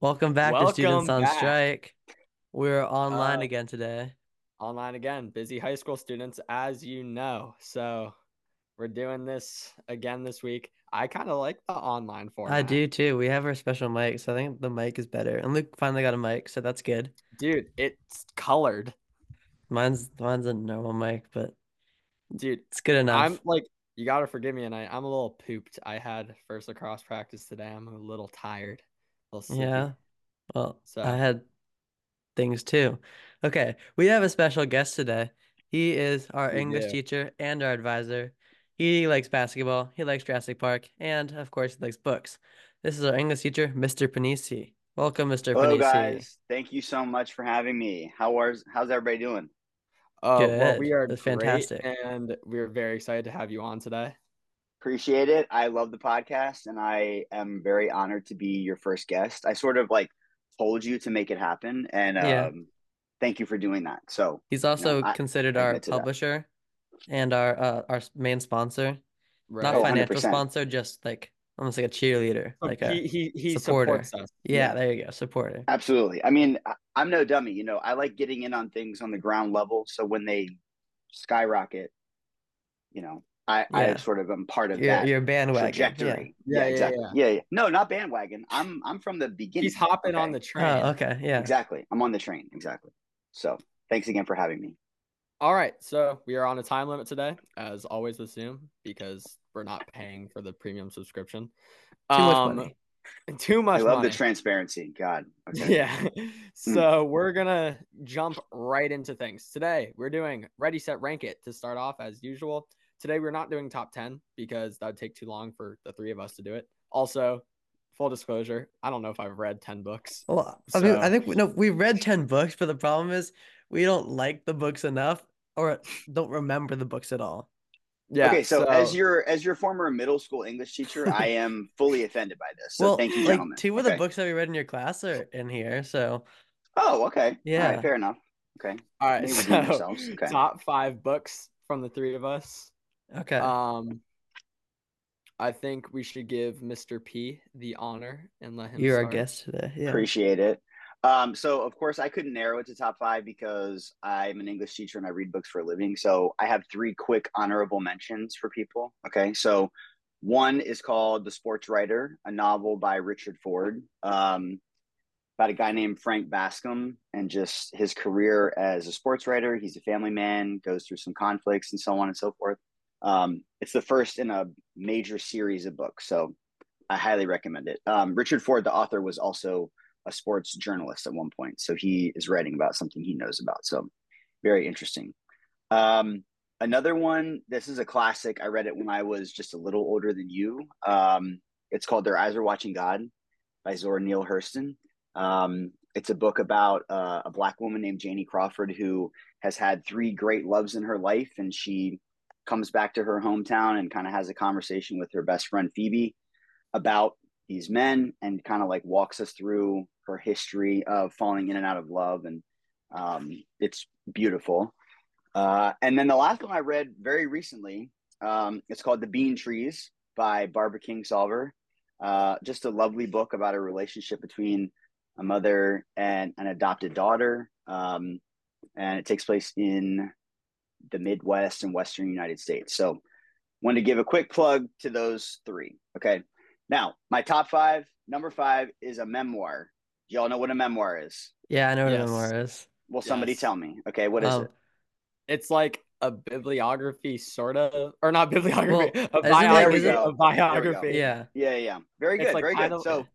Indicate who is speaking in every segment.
Speaker 1: Welcome back to Students
Speaker 2: Welcome
Speaker 1: on
Speaker 2: back.
Speaker 1: Strike. We're online
Speaker 2: Uh,
Speaker 1: again today.
Speaker 2: online again. Busy high school students, as you know. So we're doing this again this week. I kind of like the online format.
Speaker 1: I do too. We have our special mic, so I think the mic is better. And Luke finally got a mic, so that's good.
Speaker 2: dude. It's colored,
Speaker 1: Mine's mine's a normal mic, but
Speaker 2: dude.
Speaker 1: it's good enough.
Speaker 2: I'm like, you gotta forgive me, and I I'm a little pooped. I had first lacrosse practice today. I'm a little tired. A little sleepy.
Speaker 1: Yeah. Well,
Speaker 2: So-
Speaker 1: I had things too. Okay, we have a special guest today. He is our
Speaker 2: We
Speaker 1: English
Speaker 2: do.
Speaker 1: teacher and our advisor. He likes basketball, he likes Jurassic Park, and of course, he likes books. This is our English teacher, Mr. Panisi. Welcome, Mr.
Speaker 3: Hello,
Speaker 1: Panisi.
Speaker 3: guys. Thank you so much for having me. How are how's everybody doing?
Speaker 2: Oh, well,
Speaker 1: Good.
Speaker 2: we are
Speaker 1: That's
Speaker 2: great,
Speaker 1: fantastic.
Speaker 2: and we're very excited to have you on today.
Speaker 3: Appreciate it. I love the podcast, and I am very honored to be your first guest. I sort of like told you to make it happen, and um,
Speaker 1: Yeah.
Speaker 3: thank you for doing that. So
Speaker 1: He's also
Speaker 3: I-
Speaker 1: considered
Speaker 3: I
Speaker 1: our
Speaker 3: admit to that.
Speaker 1: publisher and our uh, our s- main sponsor. Not
Speaker 3: Oh,
Speaker 1: financial
Speaker 3: 100%.
Speaker 1: sponsor, just like almost like a cheerleader.
Speaker 2: So
Speaker 1: Like a
Speaker 2: he he, he
Speaker 1: supporter.
Speaker 2: supports us.
Speaker 1: yeah, there you go, supporter.
Speaker 3: absolutely. I mean, I, I'm no dummy. You know, I like getting in on things on the ground level. So when they skyrocket, you know, I I
Speaker 1: Yeah.
Speaker 3: sort of am part of
Speaker 1: Your
Speaker 3: that
Speaker 1: your bandwagon. yeah.
Speaker 3: trajectory.
Speaker 2: Yeah, yeah,
Speaker 3: exactly. yeah, yeah. No, not bandwagon. I'm I'm from the beginning.
Speaker 2: He's hopping on
Speaker 3: Okay.
Speaker 2: the train.
Speaker 1: Oh, okay. Yeah.
Speaker 3: Exactly. I'm on the train. Exactly. So thanks again for having me.
Speaker 2: All right, so we are on a time limit today, as always with Zoom, because we're not paying for the premium subscription.
Speaker 1: Too much
Speaker 2: Um,
Speaker 1: money.
Speaker 2: Too much
Speaker 3: I love
Speaker 2: money.
Speaker 3: the transparency. God. Okay.
Speaker 2: Yeah. so
Speaker 3: Hmm.
Speaker 2: we're gonna jump right into things today. We're doing ready, set, rank it to start off as usual. Today we're not doing top ten because that would take too long for the three of us to do it. Also, full disclosure, I don't know if I've read ten books.
Speaker 1: Well, I mean, I
Speaker 2: So-
Speaker 1: think we- no, we read 10 books, but the problem is we don't like the books enough or don't remember the books at all.
Speaker 2: Yeah.
Speaker 3: okay. So, as your as your former middle school English teacher, I am fully offended by this. So
Speaker 1: well,
Speaker 3: thank you,
Speaker 1: like
Speaker 3: gentlemen.
Speaker 1: two of
Speaker 3: Okay.
Speaker 1: the books that we read in your class are in here, so
Speaker 3: Oh, okay. All right,
Speaker 1: Yeah.
Speaker 3: fair enough. Okay.
Speaker 2: all right,
Speaker 3: Maybe we
Speaker 2: so
Speaker 3: do ourselves. Okay.
Speaker 2: top five books from the three of us.
Speaker 1: okay.
Speaker 2: Um, I think we should give Mr. P the honor and let him.
Speaker 1: You're our
Speaker 2: start.
Speaker 1: guest today. Yeah.
Speaker 3: Appreciate it. Um, so of course I couldn't narrow it to top five because I'm an English teacher and I read books for a living. So I have three quick honorable mentions for people. Okay. So one is called The Sports Writer, a novel by Richard Ford, um, about a guy named Frank Bascom and just his career as a sports writer. He's a family man, goes through some conflicts and so on and so forth. Um, it's the first in a major series of books. So I highly recommend it. Um, Richard Ford, the author, was also a sports journalist at one point. So he is writing about something he knows about. So very interesting. Um, another one, this is a classic. I read it when I was just a little older than you. Um, it's called Their Eyes Are Watching God by Zora Neale Hurston. Um, it's a book about uh, a black woman named Janie Crawford who has had three great loves in her life. And she comes back to her hometown and kind of has a conversation with her best friend, Phoebe, about these men and kind of like walks us through her history of falling in and out of love and um, it's beautiful uh, and then the last one i read very recently um, it's called the bean trees by barbara king solver uh, just a lovely book about a relationship between a mother and an adopted daughter um, and it takes place in the midwest and western united states so wanted to give a quick plug to those three okay now, my top five, number five is a memoir. Do y'all know what a memoir is?
Speaker 1: Yeah, I know what a
Speaker 2: Yes.
Speaker 1: memoir is.
Speaker 3: Will somebody
Speaker 2: Yes.
Speaker 3: tell me? Okay, what is
Speaker 1: Um,
Speaker 3: it?
Speaker 2: It's like a bibliography, sort of, or not bibliography, a
Speaker 1: it like-
Speaker 2: biography,
Speaker 1: is it-
Speaker 2: a biography.
Speaker 1: Yeah.
Speaker 3: Yeah, yeah. Very
Speaker 2: It's
Speaker 3: good,
Speaker 2: like
Speaker 3: very
Speaker 2: kind
Speaker 3: good.
Speaker 2: of-
Speaker 3: So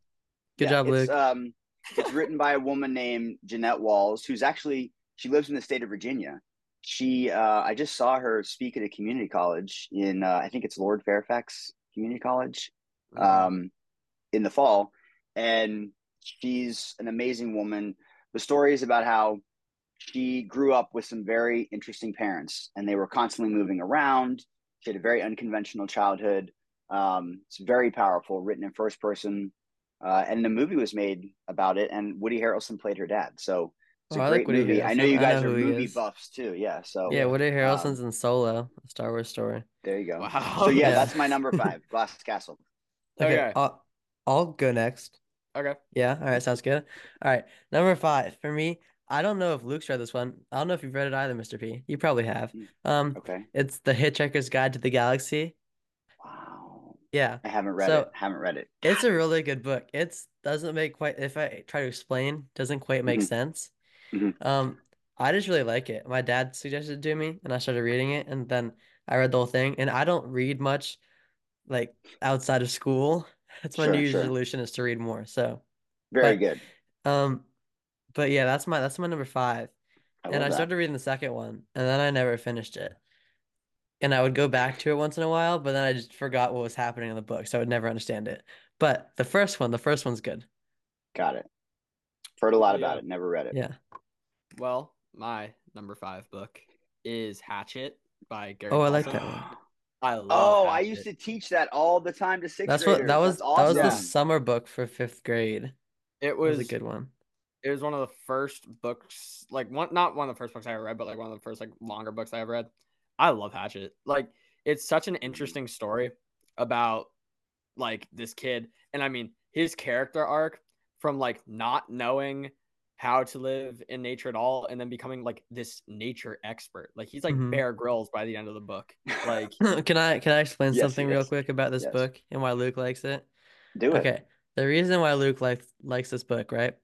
Speaker 1: Good
Speaker 3: yeah,
Speaker 1: job,
Speaker 3: it's,
Speaker 1: Luke.
Speaker 3: Um, it's written by a woman named Jeanette Walls, who's actually she lives in the state of Virginia. She, uh, I just saw her speak at a community college in, uh, I think it's Lord Fairfax Community College.
Speaker 1: Mm-hmm.
Speaker 3: um, in the fall. And she's an amazing woman. The story is about how she grew up with some very interesting parents, and they were constantly moving around. She had a very unconventional childhood. Um, it's very powerful, written in first person. Uh, and the movie was made about it, and Woody Harrelson played her dad. So it's
Speaker 1: Oh,
Speaker 3: a
Speaker 1: I like
Speaker 3: great
Speaker 1: Woody
Speaker 3: movie. I know
Speaker 1: Harrelson.
Speaker 3: you
Speaker 1: I
Speaker 3: guys
Speaker 1: know
Speaker 3: are
Speaker 1: who he
Speaker 3: movie
Speaker 1: is.
Speaker 3: buffs too. Yeah. So
Speaker 1: Oh, yeah, Um, Woody Harrelson's in Solo, a Star Wars story.
Speaker 3: there you go.
Speaker 2: wow.
Speaker 3: So, yeah,
Speaker 1: Yeah.
Speaker 3: that's my number five, Glass Castle.
Speaker 1: Okay,
Speaker 2: Okay.
Speaker 1: I'll, I'll go next.
Speaker 2: Okay.
Speaker 1: Yeah. All right. Sounds good. All right. Number five for me. I don't know if Luke's read this one. I don't know if you've read it either, Mr. P. You probably have.
Speaker 3: Mm.
Speaker 1: Um,
Speaker 3: Okay.
Speaker 1: it's The Hitchhiker's Guide to the Galaxy.
Speaker 3: Wow.
Speaker 1: Yeah.
Speaker 3: I haven't read
Speaker 1: So-
Speaker 3: it. Haven't read it.
Speaker 1: It's a really good book. It's doesn't make quite if I try to explain, doesn't quite make
Speaker 3: Mhm.
Speaker 1: sense.
Speaker 3: Mhm.
Speaker 1: Um, I just really like it. My dad suggested it to me, and I started reading it, and then I read the whole thing. And I don't read much, like outside of school. That's my
Speaker 3: Sure,
Speaker 1: New Year's
Speaker 3: sure.
Speaker 1: resolution is to read more. So,
Speaker 3: Very
Speaker 1: But-
Speaker 3: good.
Speaker 1: um, but yeah, that's my that's my number five.
Speaker 3: I
Speaker 1: And
Speaker 3: love
Speaker 1: I
Speaker 3: that.
Speaker 1: started reading the second one, and then I never finished it. And I would go back to it once in a while, but then I just forgot what was happening in the book, so I would never understand it. But the first one, the first one's good.
Speaker 3: Got it. Heard a lot about
Speaker 2: Yeah.
Speaker 3: it. Never read it.
Speaker 1: Yeah.
Speaker 2: Well, my number five book is Hatchet by Gary.
Speaker 1: Oh, I like
Speaker 2: Paulsen.
Speaker 1: that one.
Speaker 2: I love.
Speaker 3: Oh, I
Speaker 2: Hatchet.
Speaker 3: used to teach that all the time to sixth
Speaker 1: That's
Speaker 3: graders.
Speaker 1: what that was
Speaker 3: That's
Speaker 1: that was
Speaker 3: awesome.
Speaker 1: the summer book for fifth grade.
Speaker 2: It
Speaker 1: That was
Speaker 2: was,
Speaker 1: a good one.
Speaker 2: it was one of the first books, like one not one of the first books I ever read, but like one of the first like longer books I ever read. I love Hatchet. Like it's such an interesting story about like this kid, and I mean his character arc from like not knowing how to live in nature at all, and then becoming like this nature expert. Like he's like
Speaker 1: Mhm.
Speaker 2: Bear Grylls by the end of the book. Like
Speaker 1: Can I can I explain
Speaker 3: Yes,
Speaker 1: something real
Speaker 3: yes,
Speaker 1: quick about this
Speaker 3: yes.
Speaker 1: book and why Luke likes it?
Speaker 3: Do it.
Speaker 1: Okay. The reason why Luke likes likes this book, right?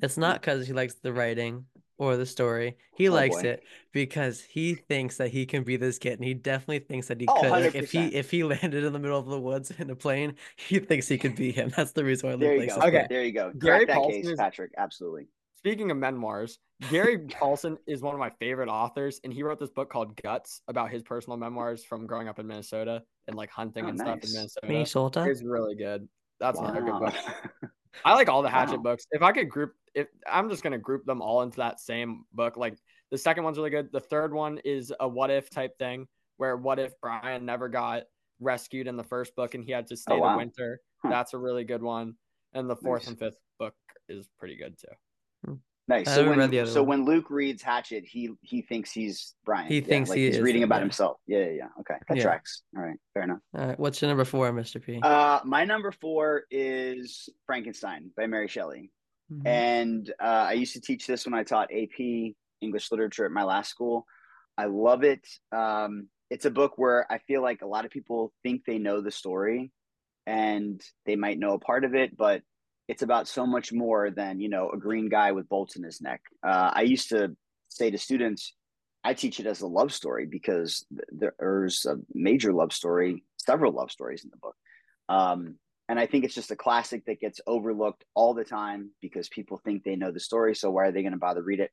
Speaker 1: It's not because he likes the writing or the story. He
Speaker 3: Mm-hmm. Oh,
Speaker 1: likes
Speaker 3: boy.
Speaker 1: it because he thinks that he can be this kid, and he definitely thinks that he
Speaker 3: Oh,
Speaker 1: could. Like if he
Speaker 3: 100%.
Speaker 1: if he landed in the middle of the woods in a plane, he thinks he could be him. That's the reason why Luke
Speaker 3: There you
Speaker 1: likes
Speaker 3: go.
Speaker 1: this
Speaker 2: Okay.
Speaker 1: book.
Speaker 3: There you go.
Speaker 2: Gary
Speaker 3: Crack that
Speaker 2: Paulsen
Speaker 3: case,
Speaker 2: is-
Speaker 3: Patrick. Absolutely.
Speaker 2: Speaking of memoirs, Gary Paulson is one of my favorite authors, and he wrote this book called Guts about his personal memoirs from growing up in Minnesota and like hunting
Speaker 3: Oh,
Speaker 2: and
Speaker 3: nice.
Speaker 2: stuff in Minnesota.
Speaker 1: Minnesota.
Speaker 2: It's really good. That's another good
Speaker 3: Wow.
Speaker 2: book. I like all the Hatchet
Speaker 3: Wow.
Speaker 2: books. If I could group, if I'm just gonna group them all into that same book. Like the second one's really good. The third one is a what if type thing where what if Brian never got rescued in the first book and he had to stay
Speaker 3: Oh, wow.
Speaker 2: the winter.
Speaker 3: Huh.
Speaker 2: That's a really good one. And the fourth
Speaker 3: Nice.
Speaker 2: and fifth book is pretty good too.
Speaker 3: Nice.
Speaker 1: I
Speaker 3: So
Speaker 1: haven't
Speaker 3: when
Speaker 1: read the other
Speaker 3: so
Speaker 1: one.
Speaker 3: when Luke reads Hatchet, he he thinks he's Brian.
Speaker 1: He
Speaker 3: Yeah,
Speaker 1: thinks
Speaker 3: like
Speaker 1: he
Speaker 3: he's
Speaker 1: is
Speaker 3: reading
Speaker 1: him,
Speaker 3: about
Speaker 1: yeah.
Speaker 3: himself. Yeah, yeah, yeah. Okay, that
Speaker 1: Yeah.
Speaker 3: tracks. All right, fair enough.
Speaker 1: All right, what's your number four, Mr. P?
Speaker 3: Uh, my number four is Frankenstein by Mary Shelley,
Speaker 1: Mhm.
Speaker 3: and uh, I used to teach this when I taught AP English literature at my last school. I love it. Um, it's a book where I feel like a lot of people think they know the story, and they might know a part of it, but it's about so much more than you know a green guy with bolts in his neck. Uh, I used to say to students, I teach it as a love story because th- there's a major love story, several love stories in the book, um, and I think it's just a classic that gets overlooked all the time because people think they know the story. So why are they going to bother read it?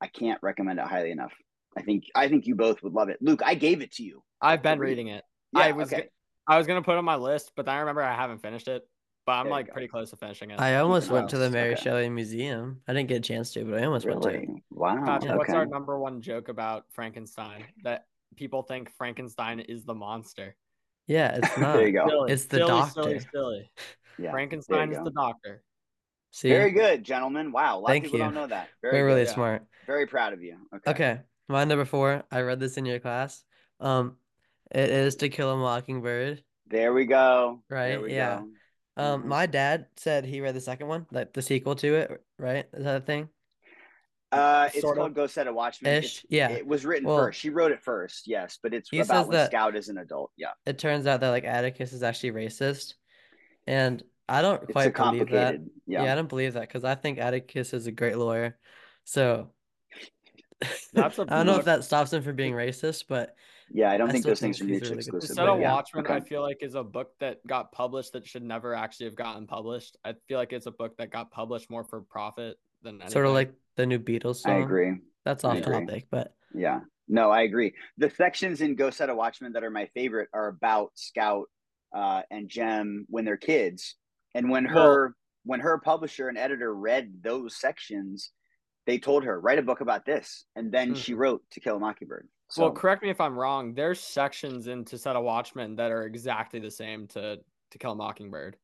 Speaker 3: I can't recommend it highly enough. I think I think you both would love it, Luke. I gave it to you.
Speaker 2: I've been
Speaker 3: Agreed.
Speaker 2: reading it.
Speaker 3: Yeah,
Speaker 2: I was
Speaker 3: okay.
Speaker 2: go- I was gonna put it on my list, but then I remember I haven't finished it. But I'm
Speaker 3: There you
Speaker 2: like
Speaker 3: go.
Speaker 2: pretty close to finishing it.
Speaker 1: I almost
Speaker 3: an eye
Speaker 1: went
Speaker 3: out.
Speaker 1: to the Mary
Speaker 3: Okay.
Speaker 1: Shelley Museum. I didn't get a chance to, but I almost went to
Speaker 3: Really?
Speaker 1: it.
Speaker 3: Wow.
Speaker 2: Patrick,
Speaker 1: yeah.
Speaker 2: what's
Speaker 3: okay.
Speaker 2: our number one joke about Frankenstein that people think Frankenstein is the monster?
Speaker 1: Yeah, it's not.
Speaker 3: There you go.
Speaker 2: Silly,
Speaker 1: It's the
Speaker 2: silly,
Speaker 1: doctor.
Speaker 2: Silly, silly.
Speaker 3: Yeah.
Speaker 2: Frankenstein
Speaker 3: there
Speaker 2: is
Speaker 3: you
Speaker 2: the doctor.
Speaker 1: See,
Speaker 3: Very good, gentlemen. Wow. A lot
Speaker 1: Thank
Speaker 3: of people
Speaker 1: you.
Speaker 3: don't know that. Very
Speaker 1: we're really
Speaker 3: good.
Speaker 2: yeah.
Speaker 1: smart.
Speaker 3: Very proud of you. Okay.
Speaker 1: Okay, my number four. I read this in your class. Um, it is To Kill a Mockingbird.
Speaker 3: There we go.
Speaker 1: Right,
Speaker 3: There we
Speaker 1: yeah.
Speaker 3: go.
Speaker 1: Um,
Speaker 3: Mhm.
Speaker 1: my dad said he read the second one, like the sequel to it. Right, is that a thing?
Speaker 3: Uh, it's
Speaker 2: Sort of.
Speaker 3: called Go Set a Watchman. It's-
Speaker 1: Ish. Yeah.
Speaker 3: It was written
Speaker 1: Well-
Speaker 3: first. She wrote it first, yes, but it's
Speaker 1: He
Speaker 3: about
Speaker 1: says
Speaker 3: when
Speaker 1: that-
Speaker 3: Scout is an adult. Yeah.
Speaker 1: It turns out that like Atticus is actually racist, and I don't
Speaker 3: It's
Speaker 1: quite
Speaker 3: a
Speaker 1: believe that.
Speaker 3: complicated.
Speaker 1: Yeah.
Speaker 3: Yeah.
Speaker 1: I don't believe that because I think Atticus is a great lawyer. So
Speaker 2: That's a
Speaker 1: I don't know
Speaker 2: look.
Speaker 1: if that stops him from being racist, but
Speaker 3: Yeah. I don't
Speaker 1: I
Speaker 3: think
Speaker 1: still
Speaker 3: those things are
Speaker 1: think he's a really
Speaker 3: mutually
Speaker 1: good-
Speaker 3: exclusive.
Speaker 2: Instead
Speaker 1: but
Speaker 2: of
Speaker 1: yeah,
Speaker 2: Watchmen, I
Speaker 3: okay.
Speaker 2: feel like is a book that got published that should never actually have gotten published. I feel like it's a book that got published more for profit than anything.
Speaker 1: sort of like the new Beatles song.
Speaker 3: I agree.
Speaker 1: That's
Speaker 3: I
Speaker 1: off
Speaker 3: agree.
Speaker 1: topic, but
Speaker 3: Yeah. No, I agree. The sections in Go Set a Watchman that are my favorite are about Scout uh, and Jem when they're kids. And when
Speaker 2: Well-
Speaker 3: her when her publisher and editor read those sections, they told her, write a book about this. And then she wrote To Kill a Mockingbird. So
Speaker 2: Mm-hmm. Well, correct me if I'm wrong. There's sections in To Set a Watchman that are exactly the same to To Kill a Mockingbird.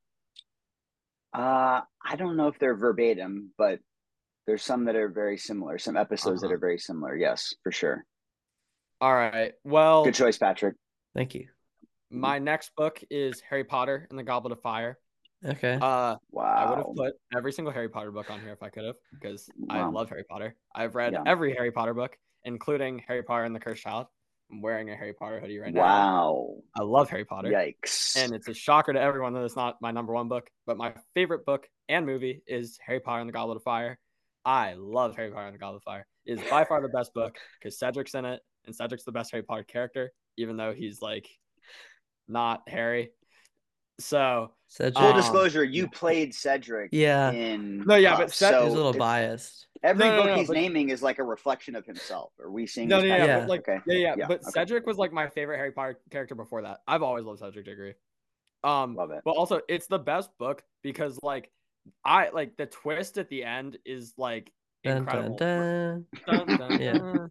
Speaker 3: uh, I don't know if they're verbatim, but there's some that are very similar, some episodes that
Speaker 2: Uh-huh.
Speaker 3: are very similar. Yes, for sure.
Speaker 2: All right. Well,
Speaker 3: Good choice, Patrick.
Speaker 1: thank you.
Speaker 2: my next book is Harry Potter and the Goblet of Fire.
Speaker 1: Okay.
Speaker 2: Uh,
Speaker 3: Wow.
Speaker 2: I would have put every single Harry Potter book on here if I could have, because I
Speaker 3: Wow.
Speaker 2: love Harry Potter. I've read
Speaker 3: Yeah.
Speaker 2: every Harry Potter book, including Harry Potter and the Cursed Child. I'm wearing a Harry Potter hoodie right now.
Speaker 3: wow.
Speaker 2: I love Harry Potter.
Speaker 3: Yikes.
Speaker 2: And it's a shocker to everyone that it's not my number one book, but my favorite book and movie is Harry Potter and the Goblet of Fire. I love Harry Potter and the Goblet of Fire. It is by far the best book because Cedric's in it, and Cedric's the best Harry Potter character, even though he's like not Harry. So
Speaker 1: Cedric.
Speaker 3: Full
Speaker 2: Um,
Speaker 3: disclosure: You
Speaker 2: yeah.
Speaker 3: played Cedric
Speaker 1: yeah.
Speaker 3: in
Speaker 2: No, yeah,
Speaker 3: Puff,
Speaker 2: but Ced-
Speaker 1: He's a little
Speaker 3: it's-
Speaker 1: biased.
Speaker 3: Every
Speaker 2: No, no,
Speaker 3: book
Speaker 2: no,
Speaker 3: he's
Speaker 2: but-
Speaker 3: naming is like a reflection of himself. Are we seeing?
Speaker 2: No,
Speaker 3: this
Speaker 2: no, yeah,
Speaker 3: pattern?
Speaker 1: but,
Speaker 2: like,
Speaker 3: okay.
Speaker 2: Yeah, yeah,
Speaker 3: Yeah,
Speaker 2: but
Speaker 3: okay.
Speaker 2: Cedric was like my favorite Harry Potter character before that. I've always loved Cedric Diggory. Um,
Speaker 3: Love it.
Speaker 2: but also it's the best book because like I like the twist at the end is like
Speaker 1: Dun,
Speaker 2: incredible.
Speaker 1: dun, dun.
Speaker 2: Dun, dun,
Speaker 1: Yeah.
Speaker 2: dun.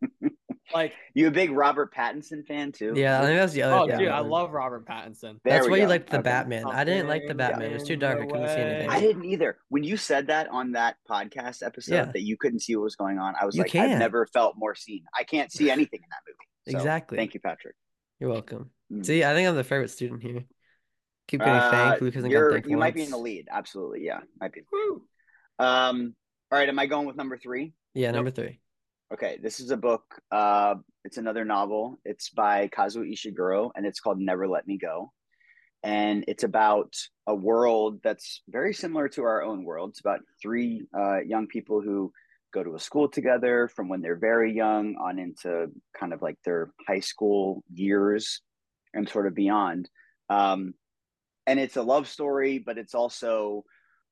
Speaker 2: like
Speaker 3: You a big Robert Pattinson fan too?
Speaker 1: Uh, Yeah, I think that's the other
Speaker 2: oh
Speaker 1: thing.
Speaker 2: dude, I
Speaker 1: was-
Speaker 2: love Robert Pattinson.
Speaker 3: There
Speaker 1: That's
Speaker 3: we
Speaker 1: why you
Speaker 3: go.
Speaker 1: liked the
Speaker 3: Okay.
Speaker 1: Batman. I didn't like the
Speaker 2: Something
Speaker 1: Batman. It was too
Speaker 2: in
Speaker 1: dark.
Speaker 2: the
Speaker 1: I couldn't see
Speaker 2: way.
Speaker 1: anything.
Speaker 3: I didn't either. When you said that on that podcast episode
Speaker 1: Yeah.
Speaker 3: that you couldn't see what was going on, I was
Speaker 1: You
Speaker 3: like, I've
Speaker 1: can't.
Speaker 3: never felt more seen. I can't see anything in that movie. So,
Speaker 1: Exactly.
Speaker 3: Thank you, Patrick.
Speaker 1: You're welcome.
Speaker 3: Mm.
Speaker 1: See, I think I'm the favorite student here. Keep getting
Speaker 3: Uh,
Speaker 1: thanked. Luke hasn't got
Speaker 3: you're-
Speaker 1: thanked
Speaker 3: you might be in the
Speaker 1: once.
Speaker 3: lead. Absolutely. Yeah, might be.
Speaker 2: Woo.
Speaker 3: Um. All right. Am I going with number three?
Speaker 1: Yeah, number three.
Speaker 3: Okay, this is a book. Uh, it's another novel. It's by Kazuo Ishiguro, and it's called Never Let Me Go. And it's about a world that's very similar to our own world. It's about three uh, young people who go to a school together from when they're very young on into kind of like their high school years and sort of beyond. Um, and it's a love story, but it's also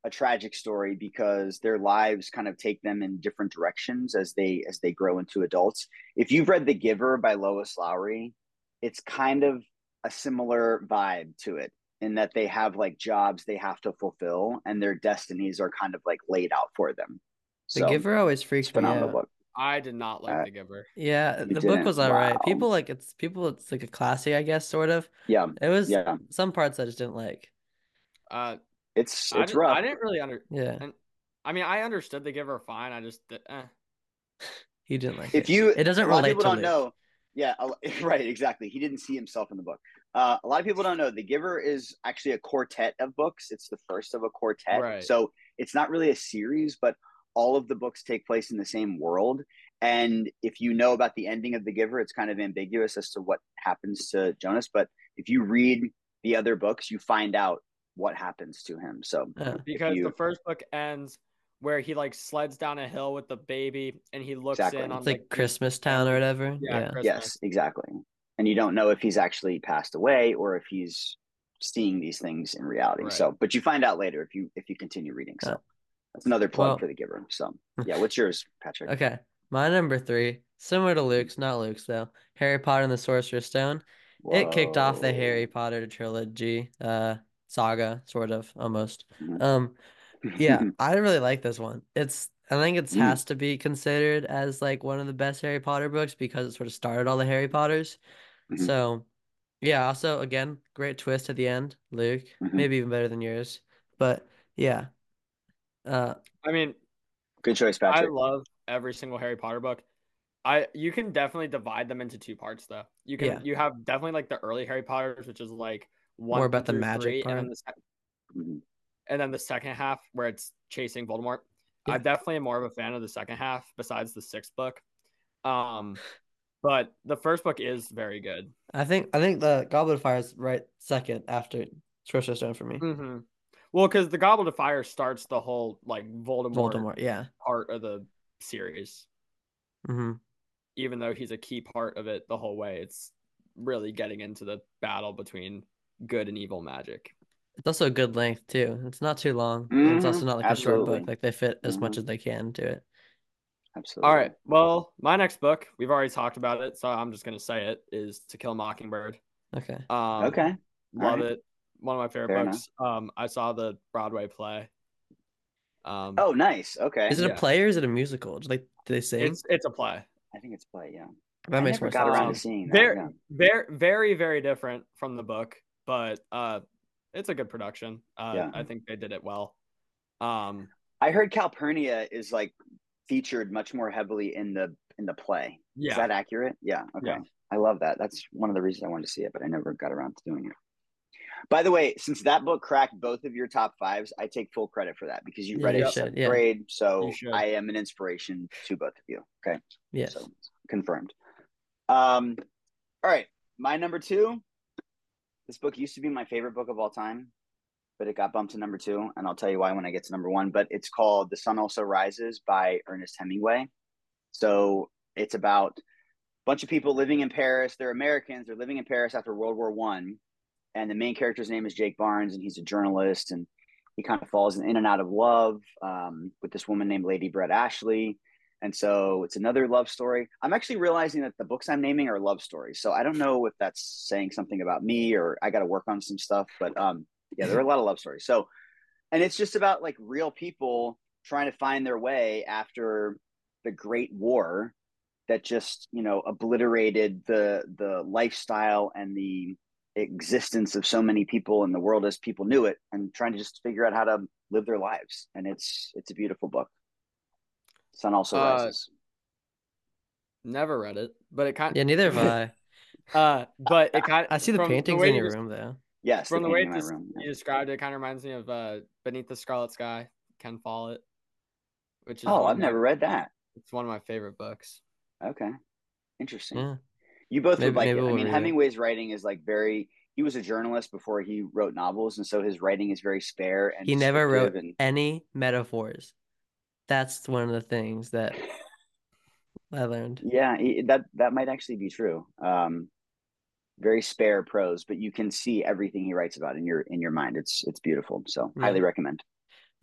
Speaker 3: a tragic story because their lives kind of take them in different directions as they as they grow into adults. If you've read The Giver by Lois Lowry, it's kind of a similar vibe to it in that they have like jobs they have to fulfill and their destinies are kind of like laid out for them.
Speaker 1: The
Speaker 3: So
Speaker 1: Giver always
Speaker 3: it's
Speaker 1: freaks
Speaker 3: a
Speaker 1: me
Speaker 3: phenomenal
Speaker 1: out.
Speaker 3: book.
Speaker 2: I did not like
Speaker 3: Uh,
Speaker 2: The Giver.
Speaker 1: Yeah,
Speaker 3: You
Speaker 1: the book
Speaker 3: didn't?
Speaker 1: was all right.
Speaker 3: Wow.
Speaker 1: People like it's people. It's like a classic, I guess, sort of.
Speaker 3: Yeah,
Speaker 1: It was
Speaker 3: yeah.
Speaker 1: some parts I just didn't like.
Speaker 2: Uh,
Speaker 3: It's
Speaker 2: I,
Speaker 3: it's
Speaker 2: did,
Speaker 3: rough.
Speaker 2: I didn't really under.
Speaker 1: Yeah,
Speaker 2: I mean, I understood The Giver fine. I just di- eh.
Speaker 1: he didn't like
Speaker 3: if
Speaker 1: it.
Speaker 3: you
Speaker 1: it doesn't
Speaker 3: a lot of
Speaker 1: relate
Speaker 3: people
Speaker 1: to
Speaker 3: don't
Speaker 1: Luke.
Speaker 3: know yeah a lo- right exactly he didn't see himself in the book uh, a lot of people don't know the giver is actually a quartet of books it's the first of a quartet
Speaker 2: Right.
Speaker 3: so it's not really a series but all of the books take place in the same world and if you know about the ending of the giver it's kind of ambiguous as to what happens to jonas but if you read the other books you find out what happens to him so
Speaker 1: Yeah.
Speaker 3: if
Speaker 2: because
Speaker 3: you-
Speaker 2: the first book ends where he like sleds down a hill with the baby and he looks
Speaker 3: Exactly.
Speaker 2: in on
Speaker 1: It's like
Speaker 2: the-
Speaker 1: Christmas Town or whatever.
Speaker 2: yeah,
Speaker 1: Yeah,
Speaker 2: Christmas.
Speaker 3: Yes, exactly. And you don't know if he's actually passed away or if he's seeing these things in reality.
Speaker 2: Right.
Speaker 3: So, but you find out later if you if you continue reading. So
Speaker 1: Yeah.
Speaker 3: that's another plug
Speaker 1: Well-
Speaker 3: for the giver. So yeah, what's yours, Patrick?
Speaker 1: Okay, my number three, similar to Luke's, not Luke's though. Harry Potter and the Sorcerer's Stone. It kicked off the
Speaker 3: Whoa.
Speaker 1: Harry Potter trilogy, uh, saga, sort of, almost.
Speaker 3: Mhm.
Speaker 1: Um, yeah, I really like this one. It's I think it's
Speaker 3: Mm.
Speaker 1: has to be considered as like one of the best Harry Potter books because it sort of started all the Harry Potters.
Speaker 3: Mhm.
Speaker 1: So, yeah, also again, great twist at the end, Luke.
Speaker 3: Mhm.
Speaker 1: Maybe even better than yours. But yeah. Uh
Speaker 2: I mean,
Speaker 3: Good choice,
Speaker 2: I
Speaker 3: Patrick.
Speaker 2: love every single Harry Potter book. I you can definitely divide them into two parts though. You can
Speaker 1: Yeah.
Speaker 2: you have definitely like the early Harry Potters, which is like one
Speaker 1: More about the
Speaker 2: through
Speaker 1: magic
Speaker 2: three, and then
Speaker 1: part.
Speaker 2: the sec-
Speaker 3: Mhm.
Speaker 2: and then the second half where it's chasing Voldemort.
Speaker 1: Yeah.
Speaker 2: I definitely am more of a fan of the second half besides the sixth book. Um, but the first book is very good.
Speaker 1: I think I think the Goblet of Fire is right second after Sorcerer's Stone for me.
Speaker 2: hmm Well, because the Goblet of Fire starts the whole like Voldemort,
Speaker 1: Voldemort, yeah.
Speaker 2: part of the series,
Speaker 1: hmm
Speaker 2: even though he's a key part of it the whole way. It's really getting into the battle between good and evil magic.
Speaker 1: It's also a good length too. It's not too long. and it's
Speaker 3: Mhm,
Speaker 1: also not like a short
Speaker 3: absolutely.
Speaker 1: book. Like they fit as much
Speaker 3: Mhm.
Speaker 1: as they can to it.
Speaker 3: Absolutely.
Speaker 2: All right. Well, my next book, we've already talked about it, so I'm just gonna say it is To Kill a Mockingbird.
Speaker 1: Okay.
Speaker 2: Um,
Speaker 3: Okay.
Speaker 2: love
Speaker 3: right.
Speaker 2: it. One of my favorite
Speaker 3: Fair
Speaker 2: books. Um, I saw the Broadway play. Um,
Speaker 3: Oh, nice. Okay.
Speaker 1: Is it a
Speaker 2: yeah.
Speaker 1: play or is it a musical? Just, Like do they sing?
Speaker 2: it's it's a play.
Speaker 3: I think it's play. Yeah.
Speaker 1: that
Speaker 3: I
Speaker 1: makes
Speaker 3: never
Speaker 1: more
Speaker 3: got
Speaker 1: sense.
Speaker 3: around
Speaker 2: Um,
Speaker 3: to seeing that.
Speaker 2: there-
Speaker 3: yeah.
Speaker 2: very very very different from the book but uh it's a good production uh
Speaker 3: Yeah.
Speaker 2: i think they did it well um
Speaker 3: I heard Calpurnia is like featured much more heavily in the in the play.
Speaker 2: yeah
Speaker 3: Is that accurate? Yeah. Okay.
Speaker 2: Yeah.
Speaker 3: I love that. That's one of the reasons I wanted to see it, but I never got around to doing it. By the way, since that book cracked both of your top fives, I take full credit for that because you
Speaker 1: Yeah,
Speaker 3: read
Speaker 1: you
Speaker 3: it in
Speaker 1: should,
Speaker 3: seventh
Speaker 1: yeah.
Speaker 3: grade. So
Speaker 2: You should.
Speaker 3: I am an inspiration to both of you. Okay.
Speaker 1: Yes.
Speaker 3: So confirmed. Um, all right. My number two. This book used to be my favorite book of all time, but it got bumped to number two, and I'll tell you why when I get to number one. But it's called The Sun Also Rises by Ernest Hemingway. So it's about a bunch of people living in Paris. They're Americans, they're living in Paris after World War One. And the main character's name is Jake Barnes, and he's a journalist, and he kind of falls in and out of love um, with this woman named Lady Brett Ashley. And so it's another love story. I'm actually realizing that the books I'm naming are love stories. So I don't know if that's saying something about me or I got to work on some stuff. But um, yeah, there are a lot of love stories. So, and it's just about like real people trying to find their way after the Great War that just you know obliterated the the lifestyle and the existence of so many people in the world as people knew it and trying to just figure out how to live their lives and it's it's a beautiful book sun also
Speaker 2: Uh,
Speaker 3: rises
Speaker 2: Never read it, but it kind
Speaker 1: Yeah, neither have I.
Speaker 2: uh, but it kind
Speaker 1: I see the
Speaker 2: from
Speaker 1: paintings
Speaker 2: way
Speaker 1: in
Speaker 2: you
Speaker 1: your
Speaker 2: des-
Speaker 1: room though.
Speaker 3: yes
Speaker 2: from
Speaker 3: the
Speaker 2: the way
Speaker 3: painting in my
Speaker 2: this-
Speaker 3: room yeah.
Speaker 2: You described it, kind of reminds me of uh, Beneath the Scarlet Sky, Ken Follett, which is
Speaker 3: oh
Speaker 2: one
Speaker 3: i've
Speaker 2: of my-
Speaker 3: never read that
Speaker 2: it's one of my favorite books.
Speaker 3: okay interesting
Speaker 1: Yeah.
Speaker 3: you both
Speaker 1: Maybe-
Speaker 3: would like
Speaker 1: maybe
Speaker 3: it
Speaker 1: we'll
Speaker 3: i mean
Speaker 1: read it.
Speaker 3: hemingway's writing is like very he was a journalist before he wrote novels and so his writing is very spare and
Speaker 1: He never wrote
Speaker 3: descriptive and
Speaker 1: any metaphors. That's one of the things that I learned.
Speaker 3: Yeah, i- that that might actually be true. Um, very spare prose, but you can see everything he writes about in your in your mind. It's it's beautiful. So
Speaker 1: Yeah.
Speaker 3: highly recommend.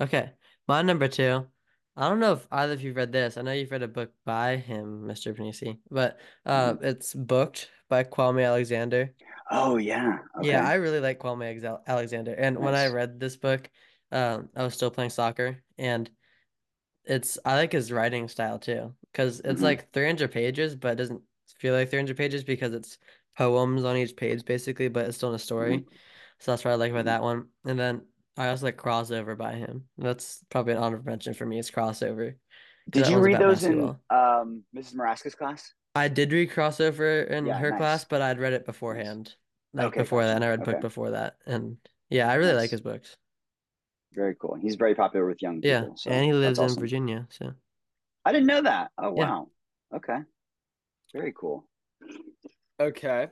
Speaker 1: Okay. My number two. I don't know if either of you've read this. I know you've read a book by him, Mr. Panisi, but uh,
Speaker 2: Mm-hmm.
Speaker 1: it's Booked by Kwame Alexander.
Speaker 3: Oh yeah. Okay.
Speaker 1: Yeah, I really like Kwame Exa- Alexander. And when I
Speaker 3: Nice.
Speaker 1: read this book, um, I was still playing soccer, and it's I like his writing style too, because it's
Speaker 3: Mhm.
Speaker 1: like 300 pages, but it doesn't feel like 300 pages because it's poems on each page basically, but it's still
Speaker 3: Mm-hmm.
Speaker 1: in a story. So that's what I like about
Speaker 3: Mhm.
Speaker 1: that one. And then I also like Crossover by him. That's probably an honorable mention for me. It's Crossover. 'cause
Speaker 3: Did
Speaker 1: that
Speaker 3: you
Speaker 1: one's
Speaker 3: read
Speaker 1: about
Speaker 3: those in
Speaker 1: basketball.
Speaker 3: um Mrs. Maraska's class?
Speaker 1: I did read Crossover in
Speaker 3: Yeah,
Speaker 1: her
Speaker 3: nice.
Speaker 1: class, but I'd read it beforehand, like
Speaker 3: Okay,
Speaker 1: before that, and
Speaker 3: gotcha.
Speaker 1: I read book
Speaker 3: Okay.
Speaker 1: before that, and yeah, I really like
Speaker 3: Nice.
Speaker 1: his books.
Speaker 3: Very cool. He's very popular with young
Speaker 1: Yeah,
Speaker 3: people. So
Speaker 1: and he
Speaker 3: that's
Speaker 1: lives in
Speaker 3: awesome.
Speaker 1: Virginia, so
Speaker 3: I didn't know that. Oh
Speaker 1: Yeah.
Speaker 3: wow. Okay. Very cool.
Speaker 2: Okay.